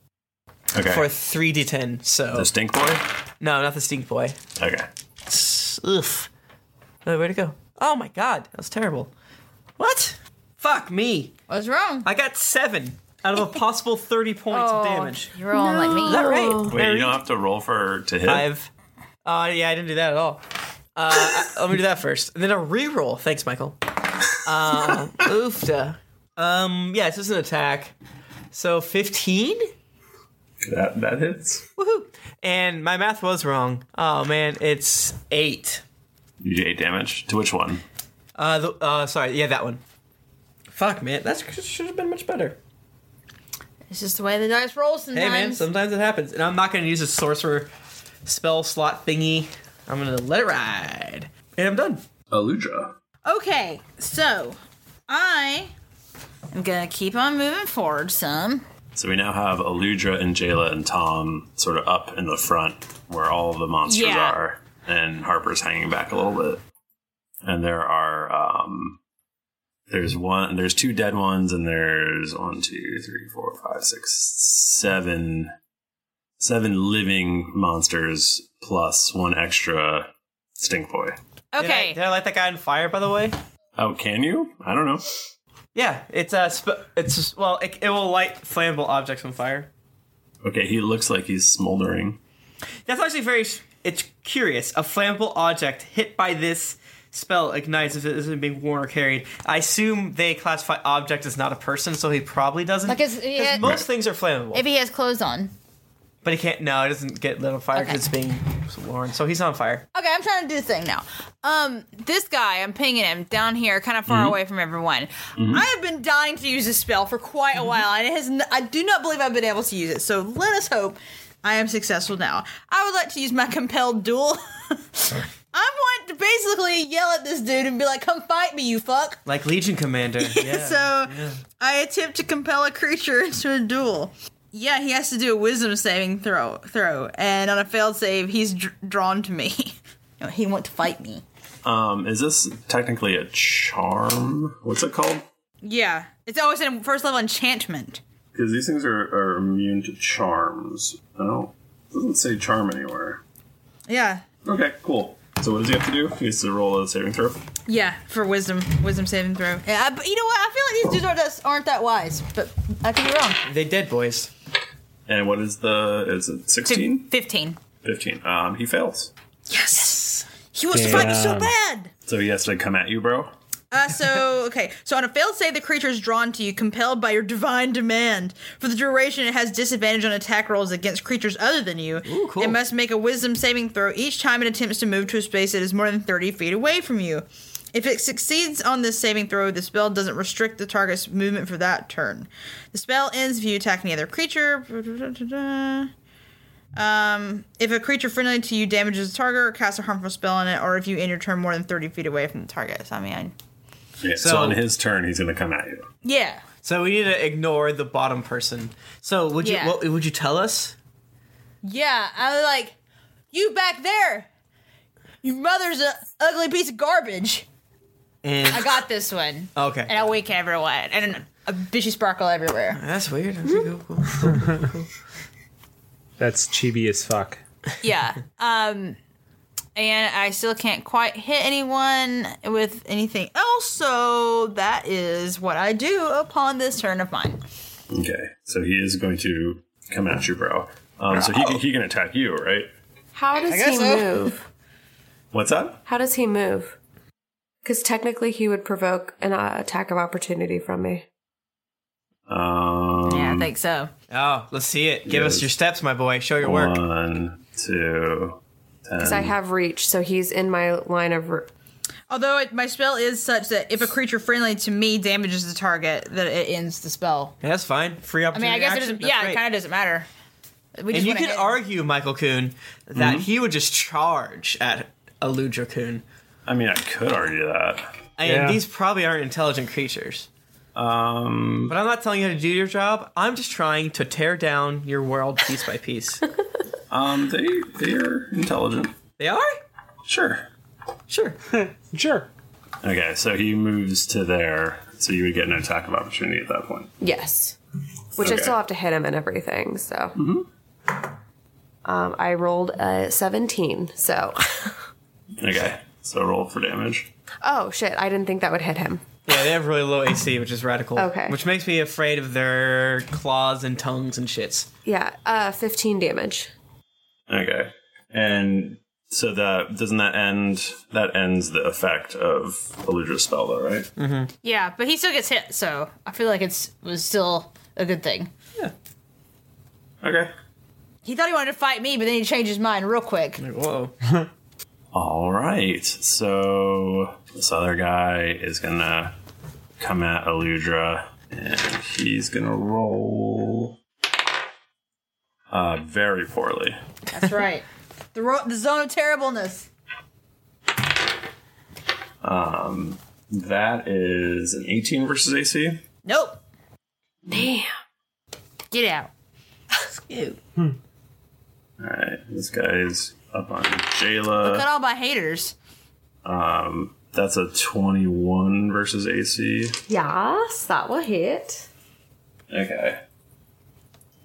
Speaker 1: so okay.
Speaker 4: for three d10. So
Speaker 1: the stink boy.
Speaker 4: No, not the stink boy.
Speaker 1: Okay.
Speaker 4: Oof. Oh, where'd it go? Oh my god, that was terrible. What? Fuck me.
Speaker 5: What's wrong? Oh,
Speaker 4: I got seven. out of a possible 30 points of damage.
Speaker 5: You're all like me.
Speaker 4: Is that right?
Speaker 2: Oh,
Speaker 1: Wait, you don't have to roll for to hit.
Speaker 4: Five. Uh, yeah, I didn't do that at all. Uh, I- let me do that first. Then a reroll. Thanks, Michael. Um, oofta. Um, yeah, it's just an attack. So 15?
Speaker 1: That that hits.
Speaker 4: Woohoo. And my math was wrong. Oh, man, it's 8.
Speaker 1: You do eight damage to which one?
Speaker 4: Uh, the, uh, sorry, yeah, that one. Fuck, man, that should have been much better.
Speaker 5: It's just the way the dice rolls sometimes.
Speaker 4: Hey, man, sometimes it happens. And I'm not going to use a sorcerer spell slot thingy. I'm going to let it ride. And I'm done.
Speaker 1: Aludra.
Speaker 5: Okay, so I am gonna keep on moving forward some.
Speaker 1: So we now have Aludra and Jayla and Tom sort of up in the front where all the monsters
Speaker 5: Yeah.
Speaker 1: are, and Harper's hanging back a little bit. And there are um, there's one, there's two dead ones, and there's one, two, three, four, five, six, seven, seven living monsters plus one extra stink boy.
Speaker 5: Okay.
Speaker 4: Did I, light that guy on fire, by the way?
Speaker 1: Oh, can you? I don't know.
Speaker 4: Yeah, it's a sp- it's just- well, it, it will light flammable objects on fire.
Speaker 1: Okay, he looks like he's smoldering.
Speaker 4: That's actually very. s- It's curious. A flammable object hit by this spell ignites if it isn't being worn or carried. I assume they classify object as not a person, so he probably doesn't.
Speaker 5: Like, is- yeah.
Speaker 4: most things are flammable,
Speaker 5: If he has clothes on.
Speaker 4: but he can't. No, it doesn't get lit on fire because it's being worn. So he's on fire.
Speaker 5: Okay, I'm trying to do the thing now. Um, this guy, I'm pinging him down here, kind of far
Speaker 4: Mhm.
Speaker 5: away from everyone.
Speaker 4: Mhm.
Speaker 5: I have been dying to use this spell for quite a while, and it has. N- I do not believe I've been able to use it. So let us hope I am successful now. I would like to use my compelled duel. I want to basically yell at this dude and be like, "Come fight me, you fuck!"
Speaker 4: Like Legion Commander. Yeah.
Speaker 5: so I attempt to compel a creature into a duel. Yeah, he has to do a wisdom saving throw, throw, and on a failed save, he's dr- drawn to me. No, Oh, he want to fight me.
Speaker 1: Um, is this technically a charm? What's it called?
Speaker 5: Yeah, it's always in first level enchantment.
Speaker 1: Because these things are, are immune to charms. I don't. It doesn't say charm anywhere.
Speaker 5: Yeah,
Speaker 1: Okay, cool. So what does he have to do? He has to roll a saving throw.
Speaker 5: yeah, for wisdom, wisdom saving throw. Yeah, I- but you know what? I feel like these dudes aren't that, aren't that wise, but I could be wrong.
Speaker 4: They dead boys.
Speaker 1: And what is the? Is it sixteen?
Speaker 5: Fifteen.
Speaker 1: Fifteen. Um, he fails.
Speaker 5: Yes. He wants to fight me so
Speaker 1: Damn.
Speaker 5: bad.
Speaker 1: So he has to come at you, bro.
Speaker 5: Uh, so okay, so on a failed save, the creature is drawn to you, compelled by your divine demand. For the duration, it has disadvantage on attack rolls against creatures other than you. Ooh, cool. It must make a Wisdom saving throw each time it attempts to move to a space that is more than thirty feet away from you. If it succeeds on this saving throw, the spell doesn't restrict the target's movement for that turn. The spell ends if you attack any other creature. Um, if a creature friendly to you damages the target or casts a harmful spell on it, or if you end your turn more than 30 feet away from the target. So, I mean,
Speaker 1: Yeah, so,
Speaker 4: So-
Speaker 1: on his turn, he's going to come at you.
Speaker 5: yeah.
Speaker 4: So we need to ignore the bottom person. So would you
Speaker 5: Yeah.
Speaker 4: what, would you tell us?
Speaker 5: Yeah, I was like, you back there, your mother's a ugly piece of garbage.
Speaker 4: And
Speaker 5: I got this one.
Speaker 4: Oh, Okay.
Speaker 5: And I wink at everyone, and a bitchy sparkle everywhere.
Speaker 4: That's weird. That's
Speaker 5: Mm-hmm.
Speaker 4: cool, cool.
Speaker 3: That's chibi as fuck.
Speaker 5: yeah. Um, and I still can't quite hit anyone with anything else. So that is what I do upon this turn of mine.
Speaker 1: Okay, so he is going to come at you, bro. Um, so he can, he can attack you, right?
Speaker 2: How does
Speaker 1: I guess
Speaker 2: he
Speaker 1: so.
Speaker 2: move?
Speaker 1: What's that?
Speaker 2: How does he move? Because technically, he would provoke an uh, attack of opportunity from me.
Speaker 1: Um,
Speaker 5: yeah, I think so.
Speaker 4: Oh, let's see it. Give us your steps, my boy. Show your work.
Speaker 1: One, two,
Speaker 2: Because I have reach, so he's in my line of. r
Speaker 5: Although it, my spell is such that if a creature friendly to me damages the target, that it ends the spell.
Speaker 4: Yeah, that's fine. Free
Speaker 5: I mean,
Speaker 4: opportunity.
Speaker 5: I guess it
Speaker 4: action.
Speaker 5: doesn't.
Speaker 4: That's
Speaker 5: Yeah,
Speaker 4: great.
Speaker 5: it kind of doesn't matter. We
Speaker 4: and you
Speaker 5: wanna
Speaker 4: could
Speaker 5: hit-
Speaker 4: argue, Michael Kuhn, that
Speaker 1: Mhm.
Speaker 4: he would just charge at Aludra Kuhn.
Speaker 1: I mean, I could argue that.
Speaker 4: And
Speaker 1: Yeah.
Speaker 4: these probably aren't intelligent creatures. Um, but I'm not telling you how to do your job. I'm just trying to tear down your world piece by piece.
Speaker 1: Um, they they are intelligent.
Speaker 4: They are?
Speaker 1: Sure.
Speaker 4: Sure.
Speaker 3: sure.
Speaker 1: Okay, so he moves to there, so you would get an attack of opportunity at that point.
Speaker 2: Yes. Which I
Speaker 1: Okay.
Speaker 2: still have to hit him and everything, so. Mm-hmm. Um, I rolled a 17, so.
Speaker 1: Okay, so roll for damage.
Speaker 2: oh, shit. I didn't think that would hit him.
Speaker 4: Yeah, they have really low AC, which is radical.
Speaker 2: Okay.
Speaker 4: Which makes me afraid of their claws and tongues and shits.
Speaker 2: Yeah, uh, 15 damage.
Speaker 1: Okay. And so that doesn't that end that ends the effect of Eludra's spell though, right? Mm-hmm.
Speaker 5: Yeah, but he still gets hit, so I feel like it's was still a good thing.
Speaker 1: Okay.
Speaker 5: He thought he wanted to fight me, but then he changed his mind real quick.
Speaker 4: Whoa.
Speaker 1: All right. So this other guy is gonna come at Eludra, and he's gonna roll uh, very poorly.
Speaker 5: That's right. the, ro- the zone of terribleness.
Speaker 1: Um, that is an 18 versus AC.
Speaker 5: Nope. Damn. Get out. Ew.
Speaker 1: All right, this guy's up on
Speaker 5: Look at
Speaker 1: Jayla.
Speaker 5: all my haters.
Speaker 1: Um, that's a 21 versus AC.
Speaker 2: Yes, that will hit.
Speaker 1: Okay.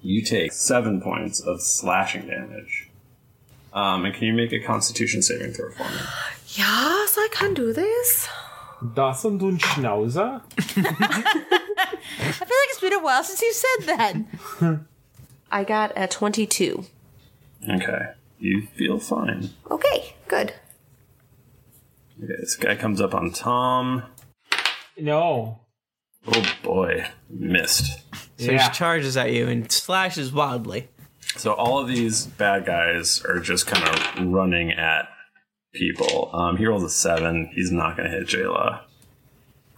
Speaker 1: You take seven points of slashing damage. Um, and can you make a Constitution saving throw for me?
Speaker 2: Yes, I can do this.
Speaker 3: Das und ein Schnauzer?
Speaker 5: I feel like it's been a while since you said that.
Speaker 2: I got a 22.
Speaker 1: Okay. You feel fine.
Speaker 2: Okay, good.
Speaker 1: Okay, this guy comes up on Tom.
Speaker 3: No.
Speaker 1: Oh boy, missed.
Speaker 4: So he charges at you and slashes wildly.
Speaker 1: So all of these bad guys are just kind of running at people. Um, he rolls a seven. He's not going to hit Jayla.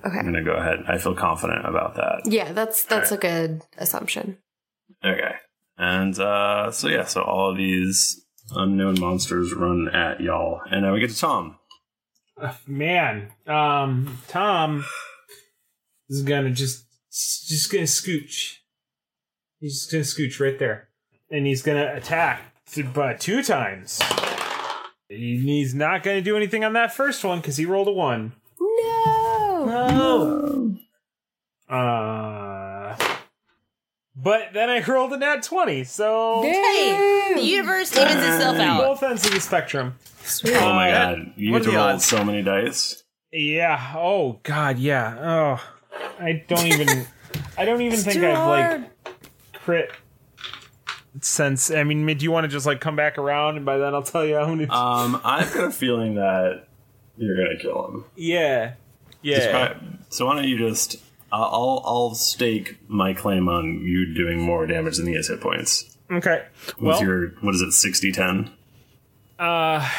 Speaker 2: Okay.
Speaker 1: I'm going to go ahead. I feel confident about that.
Speaker 2: Yeah, that's that's a good assumption.
Speaker 1: Okay. And uh, so yeah, so all of these unknown monsters run at y'all, and now we get to Tom.
Speaker 3: Ugh, man, um, Tom is gonna just just gonna scooch. He's just gonna scooch right there, and he's gonna attack t- but two times. He- He's not gonna do anything on that first one because he rolled a one.
Speaker 2: No.
Speaker 3: No. Uh. But then I rolled a nat twenty, so
Speaker 5: Hey, the universe evens itself out.
Speaker 3: Both ends of the spectrum.
Speaker 1: Oh my
Speaker 3: Uh,
Speaker 1: god, you
Speaker 3: what
Speaker 1: get
Speaker 3: are
Speaker 1: to
Speaker 3: the
Speaker 1: roll
Speaker 3: odds?
Speaker 1: so many dice.
Speaker 3: Yeah. Oh God. Yeah. Oh, I don't even. I don't even
Speaker 5: It's
Speaker 3: think
Speaker 5: too
Speaker 3: I've
Speaker 5: hard.
Speaker 3: like crit since. I mean, do you want to just like come back around and by then I'll tell you how many?
Speaker 1: Um, I've got a feeling that you're gonna kill him.
Speaker 3: yeah. Yeah.
Speaker 1: Describe- so why don't you just? Uh, I'll I'll stake my claim on you doing more damage than he has hit points.
Speaker 3: Okay.
Speaker 1: With
Speaker 3: Well.
Speaker 1: your what is it 60 10
Speaker 3: Uh.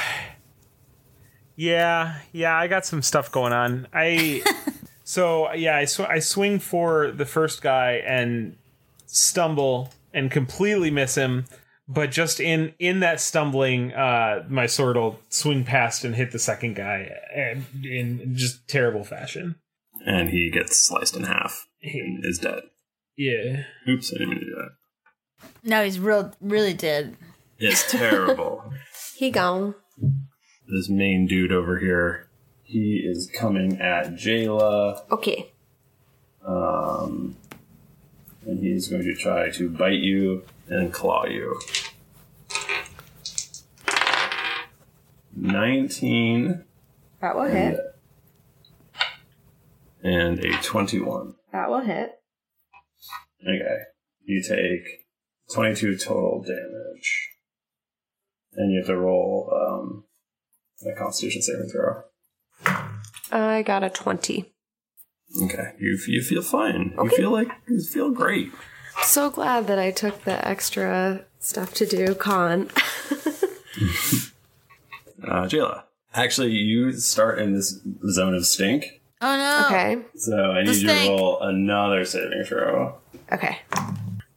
Speaker 3: Yeah. Yeah. I got some stuff going on. I. so yeah, I sw- I swing for the first guy and stumble and completely miss him. But just in in that stumbling, uh, my sword will swing past and hit the second guy and, in just terrible fashion.
Speaker 1: and he gets sliced in half and is dead.
Speaker 3: Yeah.
Speaker 1: Oops, I didn't mean to do that.
Speaker 5: No, he's real, really dead.
Speaker 1: It's terrible.
Speaker 2: He gone.
Speaker 1: this main dude over here, he is coming at Jayla.
Speaker 2: Okay.
Speaker 1: Um, and he's going to try to bite you and claw you. 19
Speaker 2: That will hit.
Speaker 1: and a 21.
Speaker 2: That will hit.
Speaker 1: Okay. You take 22 total damage. And you have to roll um, a constitution saving throw.
Speaker 2: I got a 20.
Speaker 1: Okay. You, f- you feel fine. You
Speaker 2: Okay.
Speaker 1: feel like you feel great.
Speaker 2: So glad that I took the extra stuff to do con.
Speaker 1: Uh, Jayla, actually, you start in this zone of stink,
Speaker 5: Oh no.
Speaker 2: Okay.
Speaker 1: so
Speaker 2: The
Speaker 1: I need you to
Speaker 2: stink.
Speaker 1: roll another saving throw.
Speaker 2: Okay.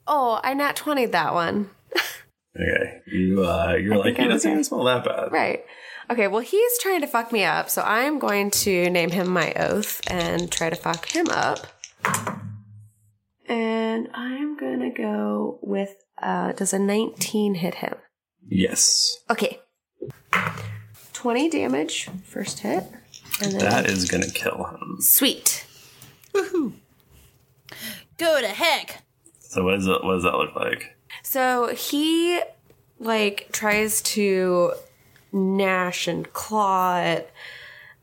Speaker 2: Oh, I nat 20 that one.
Speaker 1: Okay, you uh, you're
Speaker 2: I
Speaker 1: like
Speaker 2: think
Speaker 1: he
Speaker 2: I'm
Speaker 1: doesn't
Speaker 2: okay."
Speaker 1: even smell that bad.
Speaker 2: Right. Okay, well, he's trying to fuck me up, so I'm going to name him my oath and try to fuck him up. And I'm going to go with uh, does a 19 hit him?
Speaker 1: Yes,
Speaker 2: Okay. 20 damage, first hit. And then
Speaker 1: that is gonna kill him.
Speaker 2: Sweet.
Speaker 5: Woohoo. Go to heck.
Speaker 1: So what is that? What does that look like?
Speaker 2: So he like tries to gnash and claw at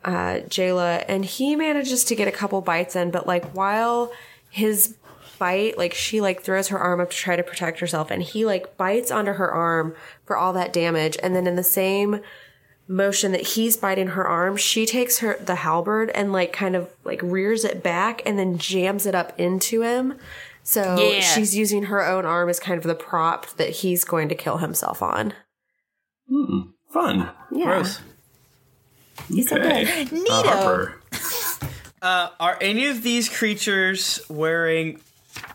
Speaker 2: uh, Jayla, and he manages to get a couple bites in, but like while his bite, like she like throws her arm up to try to protect herself, and he like bites onto her arm for all that damage, and then in the same motion that he's biting her arm, she takes her the halberd and like kind of like rears it back and then jams it up into him. So
Speaker 5: Yeah.
Speaker 2: she's using her own arm as kind of the prop that he's going to kill himself on.
Speaker 1: Fun.
Speaker 2: Yeah.
Speaker 4: Gross.
Speaker 2: It's okay.
Speaker 4: Neato.
Speaker 1: Uh,
Speaker 4: Uh, are any of these creatures wearing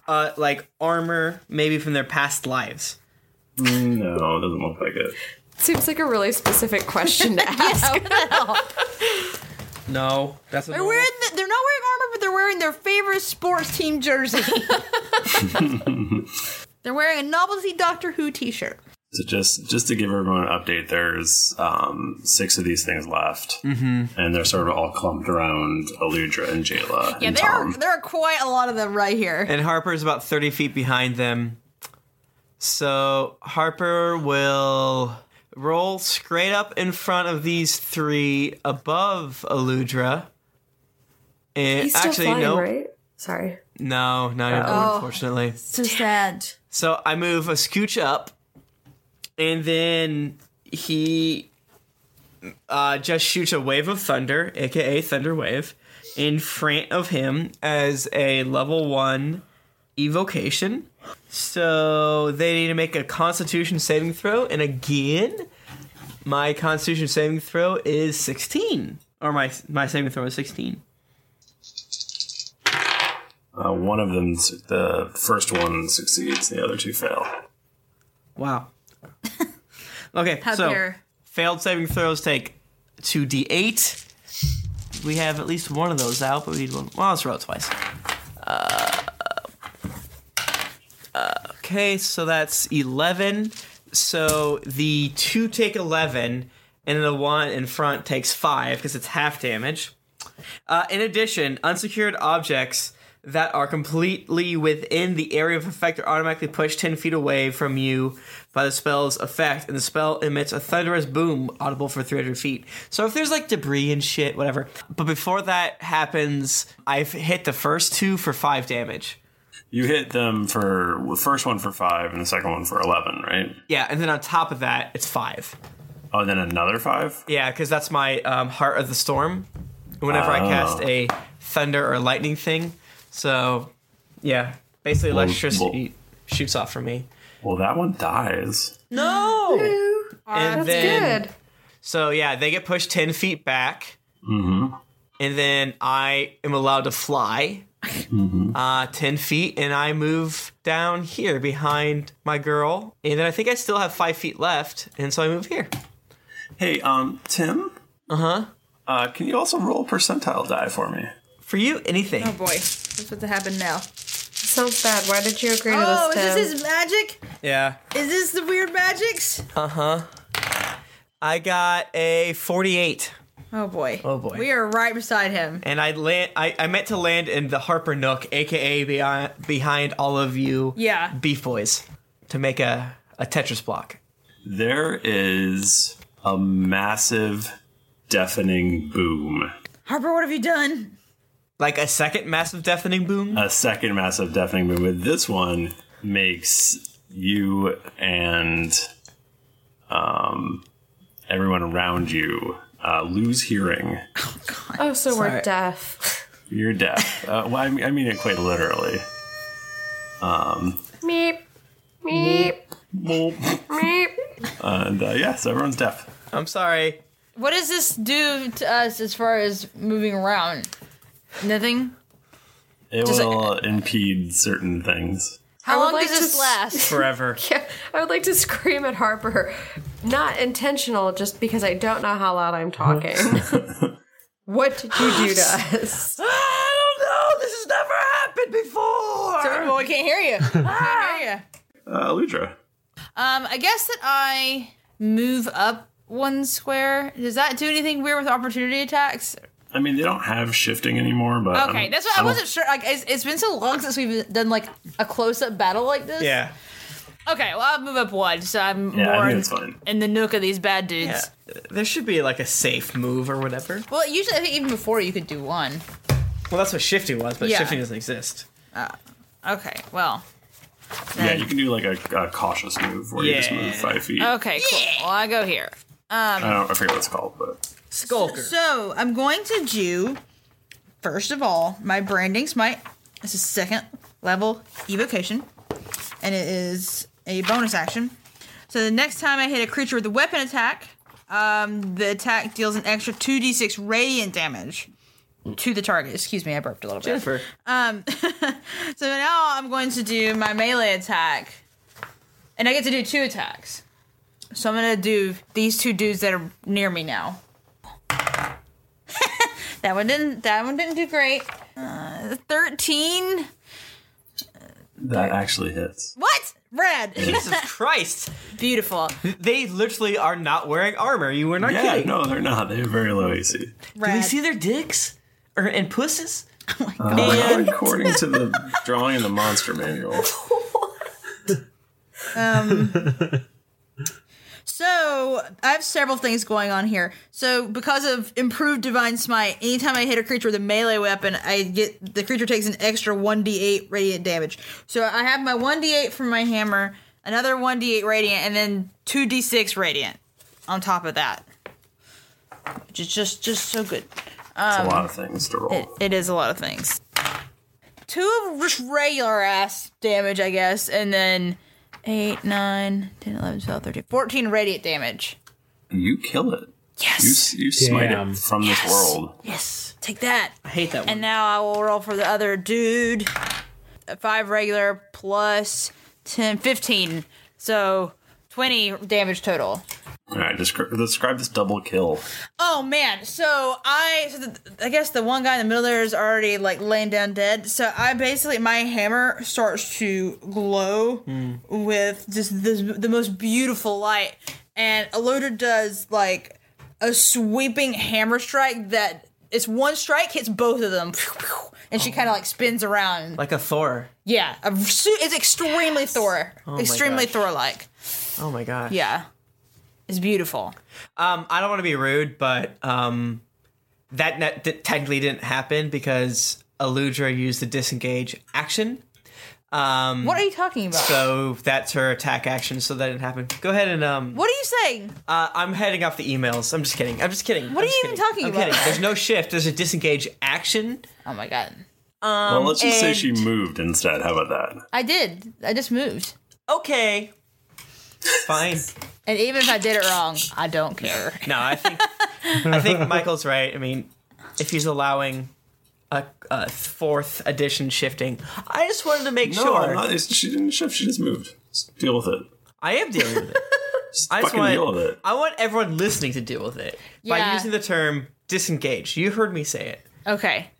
Speaker 4: uh, like armor, maybe from their past lives?
Speaker 1: Mm, No, it doesn't look like it.
Speaker 2: Seems like a really specific question to ask.
Speaker 4: No, that's
Speaker 5: They're wearing. The, they're not wearing armor, but they're wearing their favorite sports team jersey. they're wearing a novelty Doctor Who T-shirt.
Speaker 1: So just just to give everyone an update, there's um, six of these things left,
Speaker 5: Mhm.
Speaker 1: and they're sort of all clumped around Aludra and Jayla
Speaker 5: Yeah,
Speaker 1: and
Speaker 5: there are,
Speaker 1: Tom.
Speaker 5: there are quite a lot of them right here.
Speaker 4: And Harper's about 30 feet behind them. So Harper will roll straight up in front of these three above Aludra. And
Speaker 2: He's still
Speaker 4: actually,
Speaker 2: flying,
Speaker 4: no.
Speaker 2: right? Sorry.
Speaker 4: No, no, no,
Speaker 5: Oh.
Speaker 4: unfortunately.
Speaker 5: So sad.
Speaker 4: So I move a scooch up, and then he uh, just shoots a wave of thunder, aka Thunder Wave, in front of him as a level one evocation. So they need to make a Constitution saving throw, and again, my Constitution saving throw is sixteen, or my my saving throw is sixteen.
Speaker 1: Uh, one of them, the first one succeeds, the other two fail.
Speaker 4: Wow. Okay,
Speaker 5: How
Speaker 4: so
Speaker 5: dare.
Speaker 4: failed saving throws take two d8. We have at least one of those out, but we need one. Well, let's roll it twice. Uh, uh, okay, so that's eleven. So the two take eleven, and the one in front takes five because it's half damage. Uh, in addition, unsecured objects that are completely within the area of effect are automatically pushed 10 feet away from you by the spell's effect, and the spell emits a thunderous boom audible for 300 feet. So if there's like debris and shit, whatever. But before that happens, I've hit the first two for five damage.
Speaker 1: You hit them for the first one for five and the second one for eleven, right?
Speaker 4: Yeah, and then on top of that, it's five.
Speaker 1: Oh, and then another five.
Speaker 4: Yeah, because that's my um, Heart of the Storm. Whenever I cast
Speaker 1: Oh.
Speaker 4: a thunder or lightning thing. So, yeah, basically
Speaker 1: Well,
Speaker 4: electricity shoots off from me.
Speaker 1: Well, that one dies.
Speaker 4: No!
Speaker 1: That's
Speaker 2: good.
Speaker 4: So, yeah, they get pushed 10 feet back,
Speaker 1: Mm-hmm.
Speaker 4: and then I am allowed to fly
Speaker 1: Mm-hmm.
Speaker 4: uh, 10 feet, and I move down here behind my girl. And then I think I still have five feet left, and so I move here.
Speaker 1: Hey, um, Tim.
Speaker 4: Uh-huh.
Speaker 1: Uh Can you also roll percentile die for me?
Speaker 4: For you, anything.
Speaker 5: Oh boy, what's about to happen now?
Speaker 2: Sounds bad. Why did you agree
Speaker 5: oh,
Speaker 2: to this?
Speaker 5: is this his magic?
Speaker 4: Yeah.
Speaker 5: Is this the weird magics?
Speaker 4: Uh huh. I got a 48.
Speaker 5: Oh boy.
Speaker 4: Oh boy.
Speaker 5: We are right beside him.
Speaker 4: and I land. I, I meant to land in the Harper Nook, aka behind, behind all of you,
Speaker 5: Yeah.
Speaker 4: beef boys, to make a a Tetris block.
Speaker 1: There is a massive, deafening boom.
Speaker 5: Harper, what have you done?
Speaker 4: Like a second massive deafening boom?
Speaker 1: A second massive deafening boom. But this one makes you and um, everyone around you uh, lose hearing.
Speaker 2: oh, so we're
Speaker 1: Sorry.
Speaker 2: deaf.
Speaker 1: You're deaf. uh, well, I mean, I mean it quite literally. Um,
Speaker 2: Meep. Meep. Meep.
Speaker 1: and uh, yeah, so everyone's deaf.
Speaker 4: I'm sorry.
Speaker 5: What does this do to us as far as moving around? Nothing.
Speaker 1: It
Speaker 5: Does it-
Speaker 1: will impede certain things.
Speaker 5: How long
Speaker 2: like
Speaker 5: does
Speaker 2: to
Speaker 5: this
Speaker 2: s-
Speaker 5: last?
Speaker 4: Forever.
Speaker 2: Yeah, I would like to scream at Harper. Not intentional, just because I don't know how loud I'm talking. what did you do to us?
Speaker 4: I don't know. This has never happened before.
Speaker 5: Sorry, well, we can't hear you. We can't hear you.
Speaker 1: Uh, Ludra.
Speaker 5: Um, I guess that I move up one square. Does that do anything weird with opportunity attacks?
Speaker 1: I mean, they don't have shifting anymore, but um, I'm-
Speaker 5: okay, that's what I
Speaker 1: I'm-
Speaker 5: wasn't sure. Like, it's, it's been so long since we've done like a close-up battle like this. Okay, well I'll move up one, so I'm
Speaker 4: Yeah, I
Speaker 5: more
Speaker 4: think
Speaker 5: in,
Speaker 4: that's fine.
Speaker 5: in the nook of these bad dudes.
Speaker 4: Yeah. There should be like a safe move or whatever.
Speaker 5: Well, usually I think even before you could do one.
Speaker 4: Well, that's what shifting was, but
Speaker 5: Yeah.
Speaker 4: shifting doesn't exist.
Speaker 5: Uh, okay, well.
Speaker 1: Yeah, you can do like a, a cautious move where you just move five feet.
Speaker 5: Okay, cool. Well, I go here. Um,
Speaker 1: I don't. I forget what it's called, but
Speaker 5: Skulker. So I'm going to do, first of all, my branding smite. It's a second level evocation, and it is a bonus action. So the next time I hit a creature with a weapon attack, um, the attack deals an extra 2d6 radiant damage to the target. Excuse me, I burped a little bit.
Speaker 4: Jennifer.
Speaker 5: Um, so now I'm going to do my melee attack, and I get to do two attacks. So I'm gonna do these two dudes that are near me now. that one didn't. That one didn't do great. Uh, Thirteen.
Speaker 1: that actually hits.
Speaker 5: What? Red.
Speaker 4: Jesus Christ.
Speaker 5: Beautiful.
Speaker 4: They literally are not wearing armor. You were not
Speaker 1: yeah,
Speaker 4: kidding.
Speaker 1: no, they're not. They're very low AC.
Speaker 4: Do we see their dicks or and pusses?
Speaker 5: Oh
Speaker 1: Uh, according to the drawing in the monster manual,
Speaker 5: Um. So I have several things going on here. So because of improved divine smite, anytime I hit a creature with a melee weapon, I get the creature takes an extra one d eight radiant damage. So I have my one d eight from my hammer, another one d eight radiant, and then two d six radiant on top of that. Just, just, just so good.
Speaker 1: it's
Speaker 5: Um,
Speaker 1: a lot of things to roll.
Speaker 5: it- it is a lot of things. Two of just regular ass damage, I guess, and then 8, 9, 10, 11, 12, 13, 14 radiant damage.
Speaker 1: You kill it. Yes. You, you smite
Speaker 3: Damn.
Speaker 1: it from this world.
Speaker 5: Yes, take that. I
Speaker 4: hate that one.
Speaker 5: And now I will roll for the other dude. Five regular plus 10, 15. So 20 damage total.
Speaker 1: All right, descri- describe this double kill.
Speaker 5: Oh man! So I, so the, I guess the one guy in the middle there is already like laying down dead. So I basically my hammer starts to glow
Speaker 4: Hmm.
Speaker 5: with just this, the most beautiful light, and Eloder does like a sweeping hammer strike that it's one strike hits both of them, and she kind of like spins around.
Speaker 4: Like a Thor.
Speaker 5: Yeah, a su- it's extremely Thor,
Speaker 4: Oh my
Speaker 5: extremely
Speaker 4: gosh.
Speaker 5: Thor like.
Speaker 4: Oh my gosh.
Speaker 5: Yeah, it's beautiful.
Speaker 4: Um, I don't want to be rude, but um, that net that technically didn't happen because Aludra used the disengage action. Um,
Speaker 5: What are you talking about?
Speaker 4: So that's her attack action. So that didn't happen. Go ahead and um.
Speaker 5: What are you saying?
Speaker 4: Uh, I'm heading off the emails. I'm just kidding. I'm just kidding.
Speaker 5: What
Speaker 4: I'm
Speaker 5: are
Speaker 4: just
Speaker 5: you even
Speaker 4: kidding.
Speaker 5: talking
Speaker 4: I'm
Speaker 5: about?
Speaker 4: Kidding. There's no shift. There's a disengage action.
Speaker 5: Oh my god. Um,
Speaker 1: well, let's just say
Speaker 5: and-
Speaker 1: she moved instead. How about that?
Speaker 5: I did. I just moved.
Speaker 4: Okay. Fine.
Speaker 5: And even if I did it wrong, I don't care.
Speaker 4: No, I think I think Michael's right. I mean, if he's allowing a, a fourth edition shifting, I just wanted to make
Speaker 1: no,
Speaker 4: sure.
Speaker 1: I'm not, it's- she didn't shift. She just moved. Just deal with it.
Speaker 4: I am dealing with it. I just
Speaker 1: fucking
Speaker 4: want,
Speaker 1: deal with it.
Speaker 4: I want everyone listening to deal with it by
Speaker 5: Yeah. Oh,
Speaker 4: using the term disengage. You heard me say it.
Speaker 5: Okay.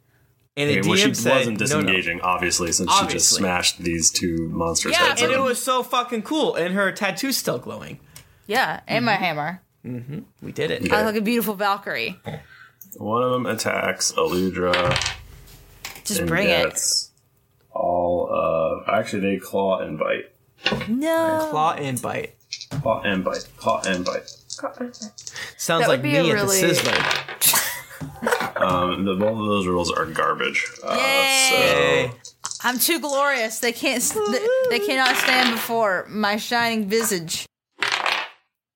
Speaker 4: And the
Speaker 1: Okay, well,
Speaker 4: DM
Speaker 1: she
Speaker 4: said,
Speaker 1: wasn't
Speaker 4: "No, no."
Speaker 1: disengaging, obviously, since she just
Speaker 4: Obviously.
Speaker 1: smashed these two monsters.
Speaker 5: Yeah,
Speaker 1: heads
Speaker 4: and
Speaker 1: in.
Speaker 4: it was so fucking cool, and her tattoo's still glowing.
Speaker 5: Yeah, and my hammer.
Speaker 4: Mm-hmm. We did it.
Speaker 5: I look like a beautiful Valkyrie.
Speaker 1: One of them attacks Aludra.
Speaker 5: Just
Speaker 1: and
Speaker 5: bring it.
Speaker 1: gets All of actually they claw and bite,
Speaker 5: No.
Speaker 4: Claw and bite.
Speaker 1: claw and bite, Um, claw and bite.
Speaker 4: Sounds
Speaker 1: That would
Speaker 4: like
Speaker 1: be
Speaker 4: me
Speaker 1: a
Speaker 4: at the
Speaker 1: really-
Speaker 4: Sizzler.
Speaker 1: Um, the, both of those rolls are garbage. Uh,
Speaker 4: Eh.
Speaker 5: Yay. I'm too glorious. They can't. s- They, they cannot stand before my shining visage.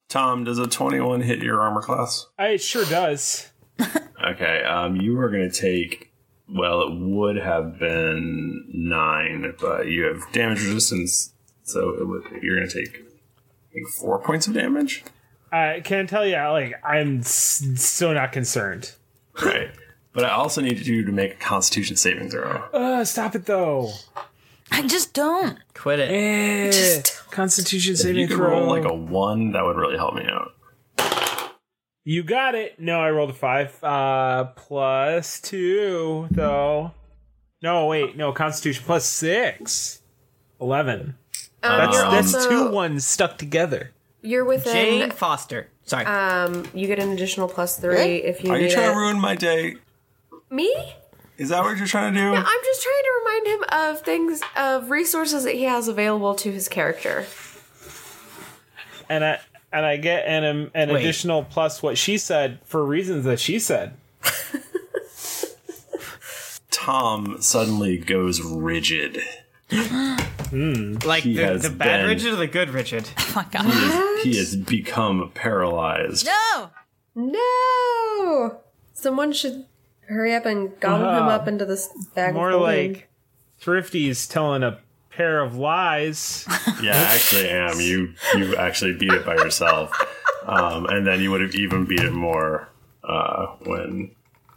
Speaker 1: Tom, does a twenty-one hit your armor class?
Speaker 3: I, it sure does.
Speaker 1: Okay, um, you are going to take. Well, it would have been nine, but you have damage resistance, so it would, you're going to take I think four points of damage.
Speaker 3: I can't tell you. Like I'm s- so not concerned.
Speaker 1: Right. But I also need you to make a Constitution saving throw.
Speaker 3: Uh, stop it though.
Speaker 5: I just don't.
Speaker 4: Quit it.
Speaker 3: Constitution
Speaker 1: If you
Speaker 3: saving
Speaker 1: could
Speaker 3: throw.
Speaker 1: roll like a one, that would really help me out.
Speaker 3: You got it. No, I rolled a five. Uh, plus two though. No, wait, no. Constitution plus six. Eleven.
Speaker 2: Um,
Speaker 3: that's
Speaker 2: you're
Speaker 3: that's
Speaker 2: also-
Speaker 3: two ones stuck together.
Speaker 2: You're within.
Speaker 4: Jane Foster. Sorry.
Speaker 2: Um, you get an additional plus three if you.
Speaker 1: Are you
Speaker 2: need
Speaker 1: trying
Speaker 2: it.
Speaker 1: to ruin my day?
Speaker 2: me?
Speaker 1: Is that what you're trying to do?
Speaker 2: No, I'm just trying to remind him of things of resources that he has available to his character.
Speaker 3: and I and I get an um, an
Speaker 10: Wait.
Speaker 3: additional plus what she said for reasons that she said.
Speaker 1: Tom suddenly goes rigid.
Speaker 4: Like
Speaker 3: Hmm.
Speaker 1: He
Speaker 4: the,
Speaker 1: has
Speaker 4: the bad
Speaker 1: been-
Speaker 4: Richard or the good Richard?
Speaker 5: Oh
Speaker 1: He has, he has become paralyzed.
Speaker 5: No!
Speaker 2: No! Someone should hurry up and gobble
Speaker 1: Uh-huh.
Speaker 2: him
Speaker 3: Wow.
Speaker 2: up into this bag
Speaker 3: More
Speaker 2: of holding.
Speaker 3: like Thrifty's telling a pair of lies.
Speaker 1: Yeah, I actually am. You you actually beat it by yourself, um, and then you would have even beat it more uh, when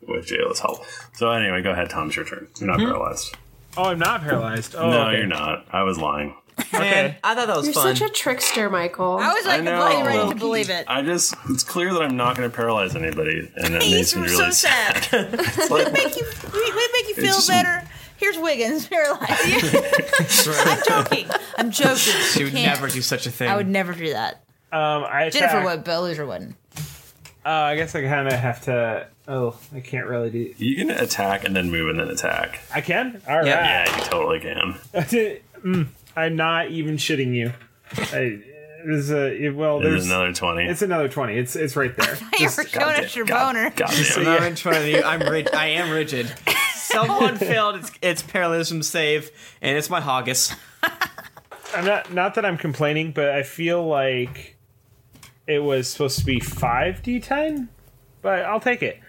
Speaker 1: with Jayla's help. So anyway, go ahead, Tom. It's your turn. You're not
Speaker 3: Hmm?
Speaker 1: paralyzed.
Speaker 3: Oh, I'm not paralyzed. Oh,
Speaker 1: no,
Speaker 3: okay.
Speaker 1: you're not. I was lying.
Speaker 4: Man, I thought that
Speaker 2: You're such a trickster, Michael.
Speaker 5: I was like
Speaker 1: I know.
Speaker 5: completely ready to believe it.
Speaker 1: I just it's clear that I'm not going to paralyze anybody, and that makes me
Speaker 5: so
Speaker 1: really
Speaker 5: sad. we make you we, we make you
Speaker 1: It's
Speaker 5: feel
Speaker 1: just-
Speaker 5: better. Here's Wiggins paralyzed. I'm joking. I'm joking.
Speaker 4: She would
Speaker 5: Can't.
Speaker 4: never do such a thing.
Speaker 5: I would never do that.
Speaker 3: Um, I
Speaker 5: Jennifer
Speaker 3: attack.
Speaker 5: would, Belluger wouldn't.
Speaker 3: Uh, I guess I kind of have to. Oh, I can't really do.
Speaker 1: You can attack and then move and then attack.
Speaker 3: I can. All right.
Speaker 1: Yeah, you totally can.
Speaker 3: Mm, I'm not even shitting you. I, there's a it- well.
Speaker 1: It
Speaker 3: There's
Speaker 1: is another twenty.
Speaker 3: It's another twenty. It's it's right there.
Speaker 5: You're showing us your boner.
Speaker 4: So
Speaker 3: yeah.
Speaker 4: I'm in front of you. I'm rig- I am rigid. Someone failed its, its parallelism save, and it's my Hoggis.
Speaker 3: I'm not not that I'm complaining, but I feel like it was supposed to be five d10, but I'll take it.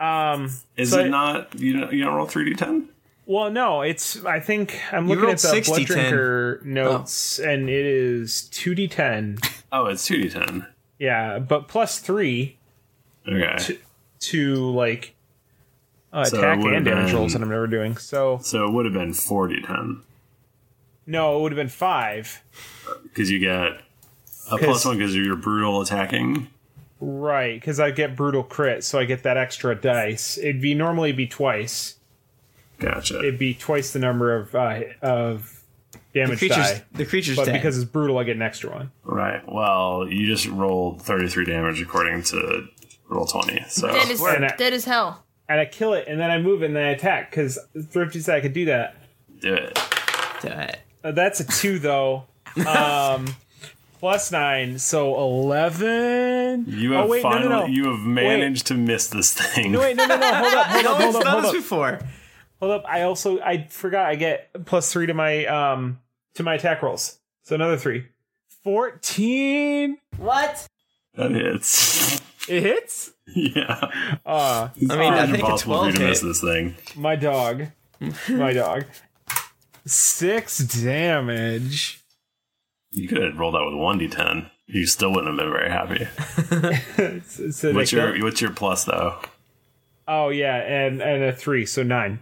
Speaker 3: Um,
Speaker 1: Is
Speaker 3: so
Speaker 1: it
Speaker 3: I-
Speaker 1: not? You don't, you don't roll three d ten.
Speaker 3: Well, no. It's I think I'm
Speaker 1: You
Speaker 3: looking
Speaker 1: rolled
Speaker 3: at the
Speaker 1: 60,
Speaker 3: blood
Speaker 1: 10.
Speaker 3: drinker notes, and it is two d10.
Speaker 1: Oh, it's two d ten.
Speaker 3: Yeah, but plus three.
Speaker 1: Okay.
Speaker 3: To, to like uh,
Speaker 1: So it
Speaker 3: attack
Speaker 1: would've
Speaker 3: and damage
Speaker 1: been-
Speaker 3: rolls, and I'm never doing so.
Speaker 1: So it would have been four d ten
Speaker 3: No, it would have been five.
Speaker 1: because you get a
Speaker 3: 'Cause-
Speaker 1: plus one because of your brutal attacking.
Speaker 3: Right, because I get brutal crit, so I get that extra dice. It'd be normally be twice.
Speaker 1: Gotcha.
Speaker 3: It'd be twice the number of uh, of damage
Speaker 1: creature's-
Speaker 3: die.
Speaker 4: the creature's
Speaker 3: but
Speaker 1: dead.
Speaker 3: because it's brutal, I get an extra one.
Speaker 1: Right. Well, you just rolled thirty three damage according to roll twenty. So
Speaker 5: Dead as,
Speaker 3: And I,
Speaker 5: dead as hell.
Speaker 3: and I kill it, and then I move, and then I attack because Thrifty said I could do that.
Speaker 1: do it.
Speaker 4: Do it.
Speaker 3: Uh, that's a two though. Um, plus nine, so eleven.
Speaker 1: You have
Speaker 3: oh, wait,
Speaker 1: finally
Speaker 3: no, no, no.
Speaker 1: you have
Speaker 3: Wait.
Speaker 1: managed to miss this thing.
Speaker 3: No, wait, no, no, no. Hold up, hold
Speaker 4: No
Speaker 3: up, hold
Speaker 4: one's
Speaker 3: up,
Speaker 4: done
Speaker 3: hold
Speaker 4: this
Speaker 3: up.
Speaker 4: before.
Speaker 3: Hold up. I also I forgot. I get plus three to my um to my attack rolls. So another three. Fourteen.
Speaker 5: What?
Speaker 1: That hits.
Speaker 3: It hits.
Speaker 1: yeah.
Speaker 3: Uh,
Speaker 1: It's almost impossible for you to miss this thing.
Speaker 3: My dog. my dog. Six damage.
Speaker 1: You could have rolled out with one d ten. You still wouldn't have been very happy.
Speaker 3: So- so
Speaker 1: what's
Speaker 3: they
Speaker 1: your
Speaker 3: kill-
Speaker 1: what's your plus though?
Speaker 3: oh yeah, and and a three, so nine.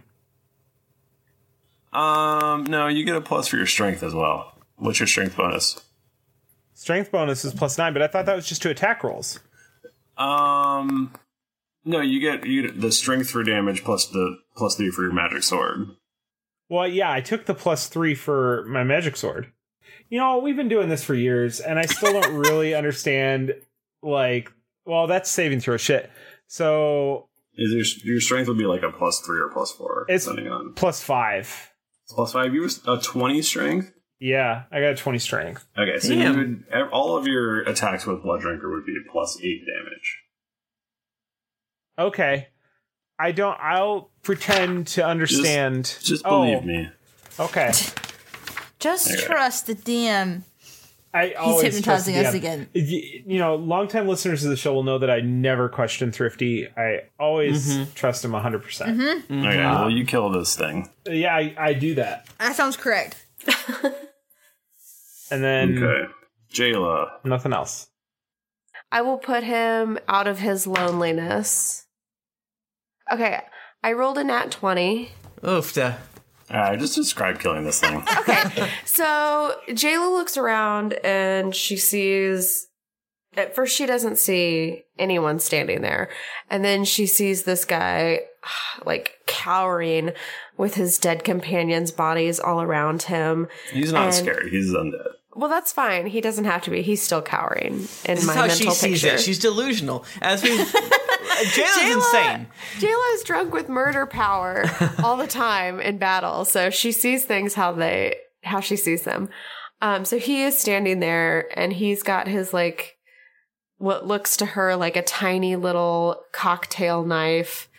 Speaker 1: Um, no, you get a plus for your strength as well. What's your strength bonus?
Speaker 3: Strength bonus is plus nine, but I thought that was just to attack rolls.
Speaker 1: Um, no, you get you get the strength for damage plus the plus three for your magic sword.
Speaker 3: Well, yeah, I took the plus three for my magic sword. You know, we've been doing this for years, and I still don't really understand. Like, well, that's saving throw shit. So
Speaker 1: Is your your strength would be like a plus three or plus four,
Speaker 3: It's-
Speaker 1: depending on
Speaker 3: plus five.
Speaker 1: plus five. You were a twenty strength.
Speaker 3: Yeah, I got a twenty strength.
Speaker 1: Okay, so
Speaker 3: Damn.
Speaker 1: you would ev- all of your attacks with blood drinker would be plus eight damage.
Speaker 3: Okay, I don't. I'll pretend to understand.
Speaker 1: Just, just
Speaker 3: Oh,
Speaker 1: believe me.
Speaker 3: Okay.
Speaker 5: Just
Speaker 3: Okay.
Speaker 5: trust the DM.
Speaker 3: I
Speaker 5: He's
Speaker 3: always
Speaker 5: hypnotizing
Speaker 3: trust
Speaker 5: us
Speaker 3: the
Speaker 5: again.
Speaker 3: DM. Y- You know, longtime listeners of the show will know that I never question Thrifty. I always
Speaker 4: Mm-hmm.
Speaker 3: trust him 100%. percent Uh,
Speaker 5: Mm-hmm.
Speaker 1: Okay,
Speaker 3: Ah.
Speaker 1: well you kill this thing.
Speaker 3: Yeah, I, I do that.
Speaker 5: That sounds correct.
Speaker 3: And then
Speaker 1: okay, Jayla.
Speaker 3: Nothing else.
Speaker 2: I will put him out of his loneliness. Okay, I rolled a nat 20.
Speaker 4: Oofta.
Speaker 1: I Uh, just described killing this thing.
Speaker 2: So Jayla looks around and she sees. At first, she doesn't see anyone standing there. And then she sees this guy, like, cowering with his dead companions' bodies all around him.
Speaker 1: He's not
Speaker 2: And-
Speaker 1: scary. He's undead.
Speaker 2: Well, that's fine. He doesn't have to be. He's still cowering in
Speaker 4: This is
Speaker 2: my
Speaker 4: how she
Speaker 2: mental
Speaker 4: sees
Speaker 2: picture.
Speaker 4: it. She's delusional. As we, uh, Jayla's insane.
Speaker 2: Jayla is drunk with murder power all the time in battle, so she sees things how they how she sees them. Um, so he is standing there and he's got his like what looks to her like a tiny little cocktail knife.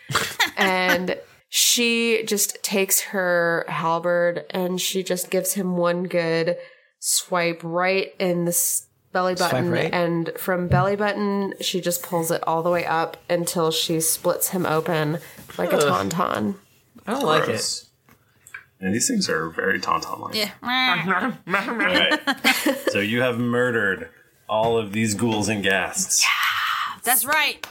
Speaker 2: and she just takes her halberd and she just gives him one good swipe right in the s- belly
Speaker 4: Swipe
Speaker 2: button.
Speaker 4: right?
Speaker 2: And from belly button, she just pulls it all the way up until she splits him open like a
Speaker 1: Ugh.
Speaker 2: tauntaun.
Speaker 1: I
Speaker 2: don't like
Speaker 1: And these things are very tauntaun like.
Speaker 5: Yeah.
Speaker 1: so you have murdered all of these ghouls and ghasts.
Speaker 5: That's right.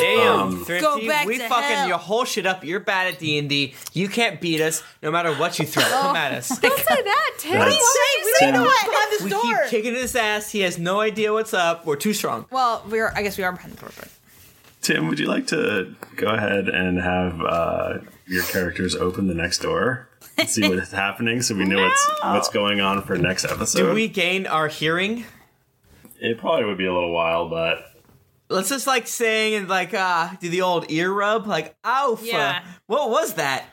Speaker 4: Damn,
Speaker 1: Um,
Speaker 4: Thrifty,
Speaker 5: Go back
Speaker 4: we
Speaker 5: to
Speaker 4: fucking
Speaker 5: hell.
Speaker 4: your whole shit up. You're bad at D and D. You can't beat us, no matter what you throw. Come at us.
Speaker 2: Don't say that, Tim.
Speaker 4: That's-
Speaker 5: We don't Oh. know what's behind this
Speaker 4: We
Speaker 5: door.
Speaker 4: keep kicking his ass. He has no idea what's up. We're too strong.
Speaker 5: Well, we are. I guess we are behind the door. But
Speaker 1: Tim, would you like to go ahead and have uh, your characters open the next door and see what's happening, so we know what's what's going on for next episode?
Speaker 4: Do we gain our hearing?
Speaker 1: It probably would be a little while, but
Speaker 4: Let's just like sing and like uh do the old ear rub. Like, ow,
Speaker 5: Yeah.
Speaker 4: what was that?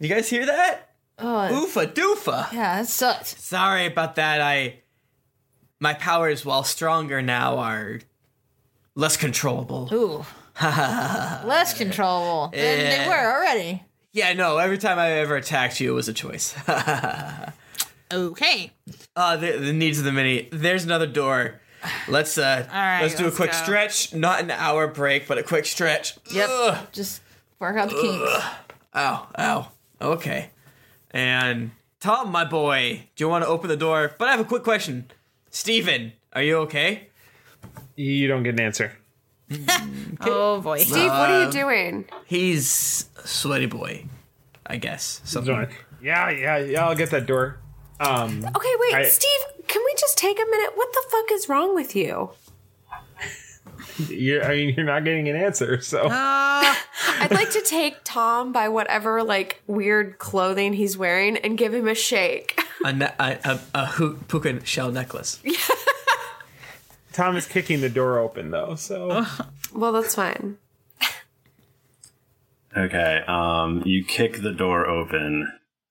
Speaker 4: You guys hear that?
Speaker 5: oh,
Speaker 4: Oofa doofa.
Speaker 5: yeah, that sucked.
Speaker 4: Sorry about that. I my powers, while stronger now, are less controllable.
Speaker 5: Ooh, less controllable than
Speaker 4: Yeah.
Speaker 5: they were already.
Speaker 4: Yeah, no. Every time I ever attacked you, it was a choice.
Speaker 5: Okay.
Speaker 4: Uh, the, the needs of the mini. There's another door. Let's uh,
Speaker 5: All right,
Speaker 4: let's do
Speaker 5: let's
Speaker 4: a quick
Speaker 5: go.
Speaker 4: stretch. Not an hour break, but a quick stretch.
Speaker 5: Yep. Just work out the kinks.
Speaker 4: Ow, ow. Okay. And Tom, my boy, do you want to open the door? But I have a quick question. Steven, are you okay?
Speaker 3: You don't get an answer.
Speaker 5: Oh boy,
Speaker 2: Steve, what are you doing?
Speaker 4: He's a sweaty boy, I guess. Something.
Speaker 3: Yeah, yeah, yeah. I'll get that door. Um,
Speaker 2: Okay, wait,
Speaker 3: I-
Speaker 2: Steve, can we just take a minute? What the fuck is wrong with you?
Speaker 3: You're, I mean, you're not getting an answer. So
Speaker 4: Uh,
Speaker 5: Ah.
Speaker 2: I'd like to take Tom by whatever like weird clothing he's wearing and give him a shake.
Speaker 4: A, ne- a, a, a hoo- puka shell necklace.
Speaker 3: Tom is kicking the door open though. So
Speaker 4: uh-huh.
Speaker 2: Well, that's fine.
Speaker 1: okay. Um, you kick the door open,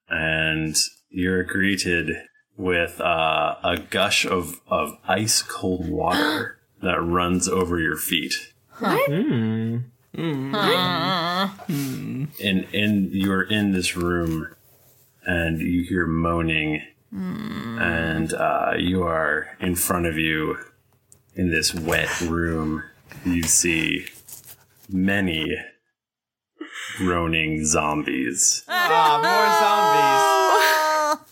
Speaker 1: and you're greeted with uh, a gush of of ice cold water that runs over your feet.
Speaker 5: What?
Speaker 3: Hmm.
Speaker 4: Hmm.
Speaker 1: and in you're in this room and you hear moaning and uh, you are in front of you in this wet room you see many groaning zombies
Speaker 5: Oh.
Speaker 4: Ah,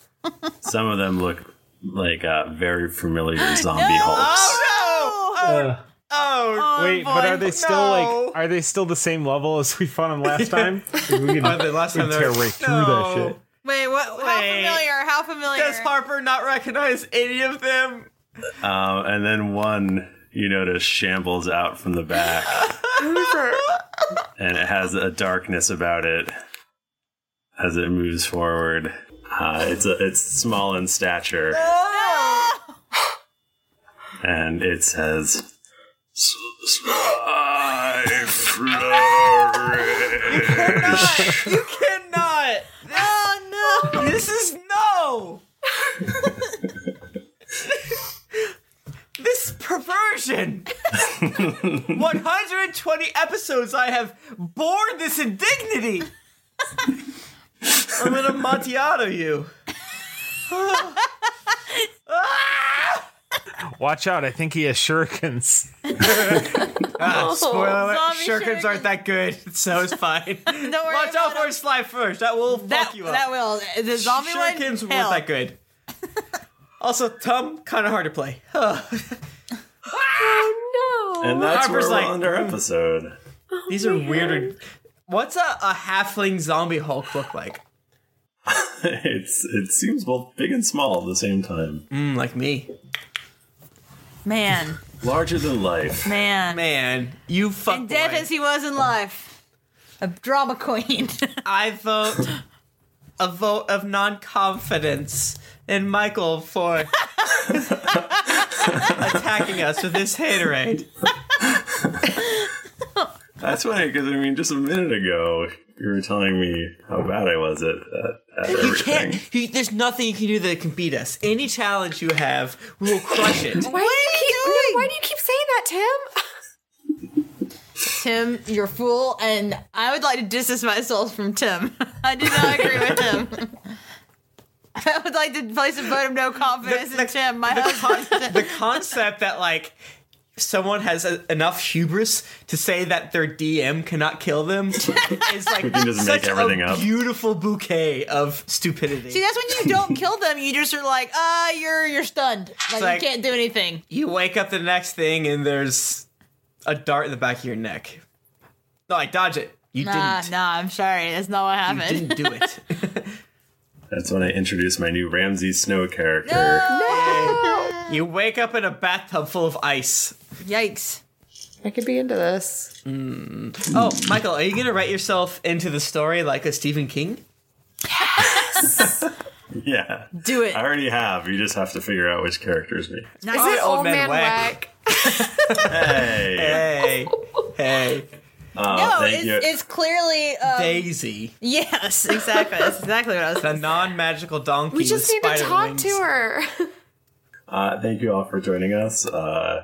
Speaker 1: some of them look like uh, very familiar zombie hulks
Speaker 4: Oh no!
Speaker 3: Uh,
Speaker 4: Oh,
Speaker 3: wait, but are they still like? Are they still the same level as we found them last time? we can,
Speaker 4: Are they last
Speaker 3: we
Speaker 4: time
Speaker 3: can
Speaker 4: they
Speaker 3: tear
Speaker 4: were-
Speaker 3: right through that
Speaker 4: No.
Speaker 3: shit.
Speaker 5: Wait, what? How familiar? How familiar?
Speaker 4: Does Harper not recognize any of them?
Speaker 1: um, and then one you notice shambles out from the back and it has a darkness about it as it moves forward. Uh, it's a, it's small in stature, and it says, "S- "Sly flourish."
Speaker 4: You cannot.
Speaker 5: Oh no!
Speaker 4: This is no. this perversion. 120 episodes I have borne this indignity. I'm gonna macchiato you.
Speaker 3: Watch out! I think he has shurikens.
Speaker 4: Ah, spoiler alert,
Speaker 5: Oh, zombie
Speaker 4: shurikens aren't that good, so it's fine.
Speaker 5: Don't worry
Speaker 4: Watch
Speaker 5: about
Speaker 4: out for Sly first. That will
Speaker 5: that.
Speaker 4: fuck you up.
Speaker 5: That will the zombie one.
Speaker 4: Shurikens weren't
Speaker 5: hell.
Speaker 4: that good. also, Tom kind of hard to play.
Speaker 2: oh
Speaker 1: and that's
Speaker 4: Harper's
Speaker 1: where we'll
Speaker 4: like,
Speaker 1: end our episode.
Speaker 5: Oh,
Speaker 4: These are weirder. What's a, a halfling zombie Hulk look like?
Speaker 1: it's it seems both big and small at the same time.
Speaker 4: Mm, like me,
Speaker 5: Man,
Speaker 1: larger than life.
Speaker 5: man,
Speaker 4: man, you
Speaker 5: and
Speaker 4: fuck.
Speaker 5: dead as he was in life, a drama queen.
Speaker 4: I vote a vote of non-confidence in Michael for attacking us with this haterade.
Speaker 1: That's funny because I mean, just a minute ago, you were telling me how bad I was at, at, at
Speaker 4: You
Speaker 1: everything.
Speaker 4: can't. You, there's nothing you can do that can beat us. Any challenge you have, we will crush it.
Speaker 2: Why do you keep, no, why do you keep saying that, Tim?
Speaker 5: Tim, you're a fool, and I would like to distance myself from Tim. I do not agree with him. I would like to place a vote of no confidence in Tim, my husband.
Speaker 4: the concept that like someone has a, enough hubris to say that their DM cannot kill them is like
Speaker 1: We can just
Speaker 4: such
Speaker 1: make everything
Speaker 4: a
Speaker 1: up.
Speaker 4: beautiful bouquet of stupidity.
Speaker 5: See, that's when you don't kill them. You just are like, ah, you're you're stunned. Like,
Speaker 4: like-
Speaker 5: you can't do anything.
Speaker 4: you wake up the next thing and there's a dart in the back of your neck. No, I dodge it. You
Speaker 5: nah,
Speaker 4: didn't.
Speaker 5: nah. I'm sorry. That's not what happened.
Speaker 4: didn't do it.
Speaker 1: That's when I introduced my new Ramsey Snow character.
Speaker 4: You wake up in a bathtub full of ice.
Speaker 5: Yikes.
Speaker 2: I could be into this.
Speaker 4: Oh, Michael, are you gonna write yourself into the story like a Stephen King?
Speaker 1: Yeah.
Speaker 5: Do it.
Speaker 1: I already have. You just have to figure out which character is me.
Speaker 5: Nah.
Speaker 4: Is it Old Old Man Man Whack?
Speaker 1: Hey.
Speaker 4: hey. Hey.
Speaker 1: Oh,
Speaker 5: no,
Speaker 1: thank
Speaker 5: it's,
Speaker 1: you.
Speaker 5: it's clearly um,
Speaker 4: Daisy.
Speaker 5: Yes, exactly. That's exactly what I was.
Speaker 4: The non-magical donkey.
Speaker 2: We just
Speaker 4: with
Speaker 2: need to
Speaker 4: spider
Speaker 2: talk
Speaker 4: wings.
Speaker 2: to her.
Speaker 1: Uh, thank you all for joining us. Uh,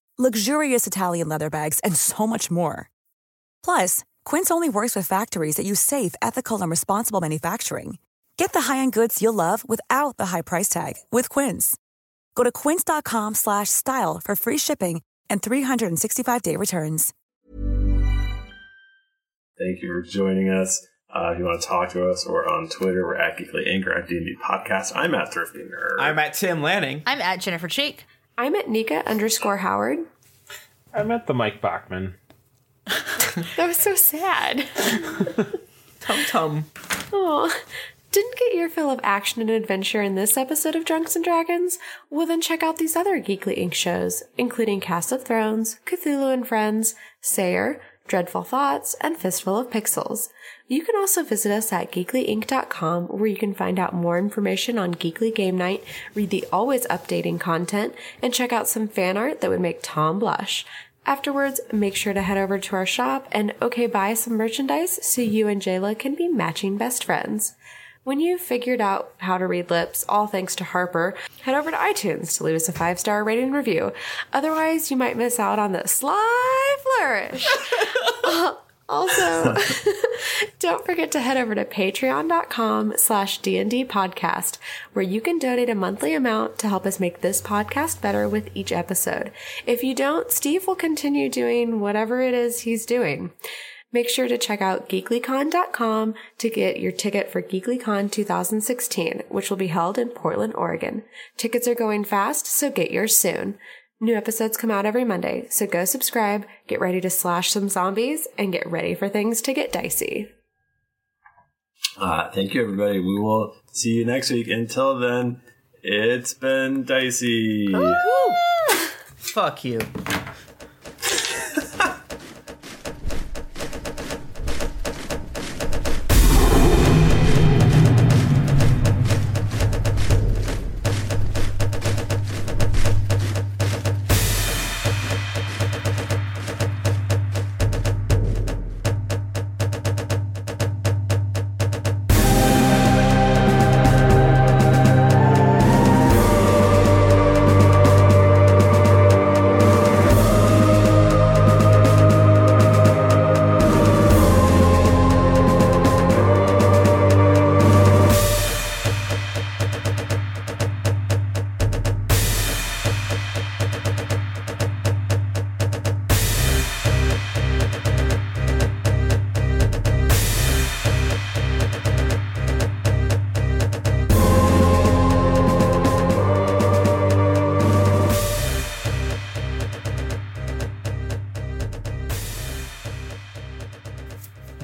Speaker 12: luxurious Italian leather bags, and so much more. Plus, Quince only works with factories that use safe, ethical, and responsible manufacturing. Get the high-end goods you'll love without the high price tag with Quince. Go to quince.com/style slash style for free shipping and 365-day returns.
Speaker 1: Thank you for joining us. Uh, if you want to talk to us, we're on Twitter. We're at Geekly Inc. or at D&D Podcast. I'm at Thrifty Nerd.
Speaker 4: I'm at Tim Lanning.
Speaker 5: I'm at Jennifer Cheek.
Speaker 2: I'm at Nika underscore Howard.
Speaker 3: I met the Mike Bachman.
Speaker 2: That was so sad.
Speaker 4: Tum tum.
Speaker 2: Oh, didn't get your fill of action and adventure in this episode of Drunks and Dragons? Well, then check out these other Geekly Inc. shows, including Cast of Thrones, Cthulhu and Friends, Sayer, Dreadful Thoughts, and Fistful of Pixels. You can also visit us at geeklyinc.com where you can find out more information on Geekly Game Night, read the always updating content, and check out some fan art that would make Tom blush. Afterwards, make sure to head over to our shop and okay buy some merchandise so you and Jayla can be matching best friends. When you've figured out how to read lips, all thanks to Harper, head over to iTunes to leave us a five star rating and review. Otherwise, you might miss out on the sly flourish. Uh, also, don't forget to head over to patreon.com slash D&D podcast, where you can donate a monthly amount to help us make this podcast better with each episode. If you don't, Steve will continue doing whatever it is he's doing. Make sure to check out geeklycon.com to get your ticket for GeeklyCon 2016, which will be held in Portland, Oregon. Tickets are going fast, so get yours soon. New episodes come out every Monday, so go subscribe, get ready to slash some zombies, and get ready for things to get dicey.
Speaker 1: Uh, thank you, everybody. We will see you next week. Until then, it's been dicey.
Speaker 4: Fuck you.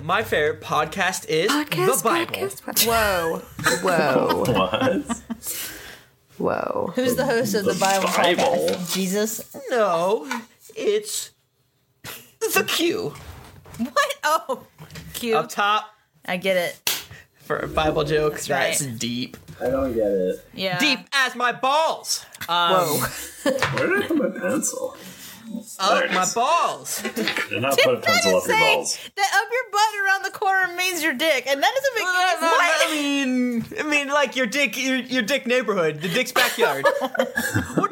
Speaker 4: my favorite podcast is the Bible.
Speaker 5: Whoa.
Speaker 2: Whoa.
Speaker 4: What?
Speaker 2: Whoa.
Speaker 5: Who's the host of the, Bible,
Speaker 4: Bible.
Speaker 5: podcast? Jesus?
Speaker 4: No, it's the Q.
Speaker 5: What? Oh, Q. Up
Speaker 4: top.
Speaker 5: I get it.
Speaker 4: for a Bible joke. That's,
Speaker 5: right.
Speaker 4: deep.
Speaker 1: I don't get it.
Speaker 5: Yeah.
Speaker 4: Deep as my balls. Um,
Speaker 1: Where did I put my pencil? There
Speaker 4: Up
Speaker 1: it
Speaker 4: Oh, my
Speaker 1: is.
Speaker 4: balls.
Speaker 1: Did not put a pencil up your
Speaker 5: say
Speaker 1: balls.
Speaker 5: that up your butt and around the corner means your dick, and that doesn't make any
Speaker 4: I mean,
Speaker 5: sense.
Speaker 4: I mean, like your dick, your, your dick neighborhood, the dick's backyard. what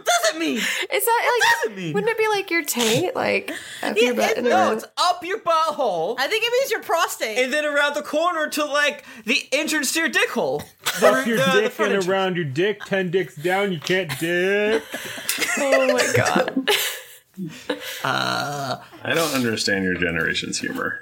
Speaker 4: does it mean?
Speaker 2: Is that like?
Speaker 4: mean?
Speaker 2: Wouldn't it be like your taint? Like up
Speaker 4: Yeah,
Speaker 2: your butt
Speaker 4: it-
Speaker 2: and
Speaker 4: no,
Speaker 2: around?
Speaker 4: it's up your butthole. I
Speaker 5: think it means your prostate.
Speaker 4: And then around the corner to like the entrance to your dick hole.
Speaker 3: Up your
Speaker 4: the- the
Speaker 3: dick and
Speaker 4: front entrance.
Speaker 3: around your dick, ten dicks down, you can't dick.
Speaker 2: oh my god.
Speaker 4: Uh,
Speaker 1: I don't understand your generation's humor.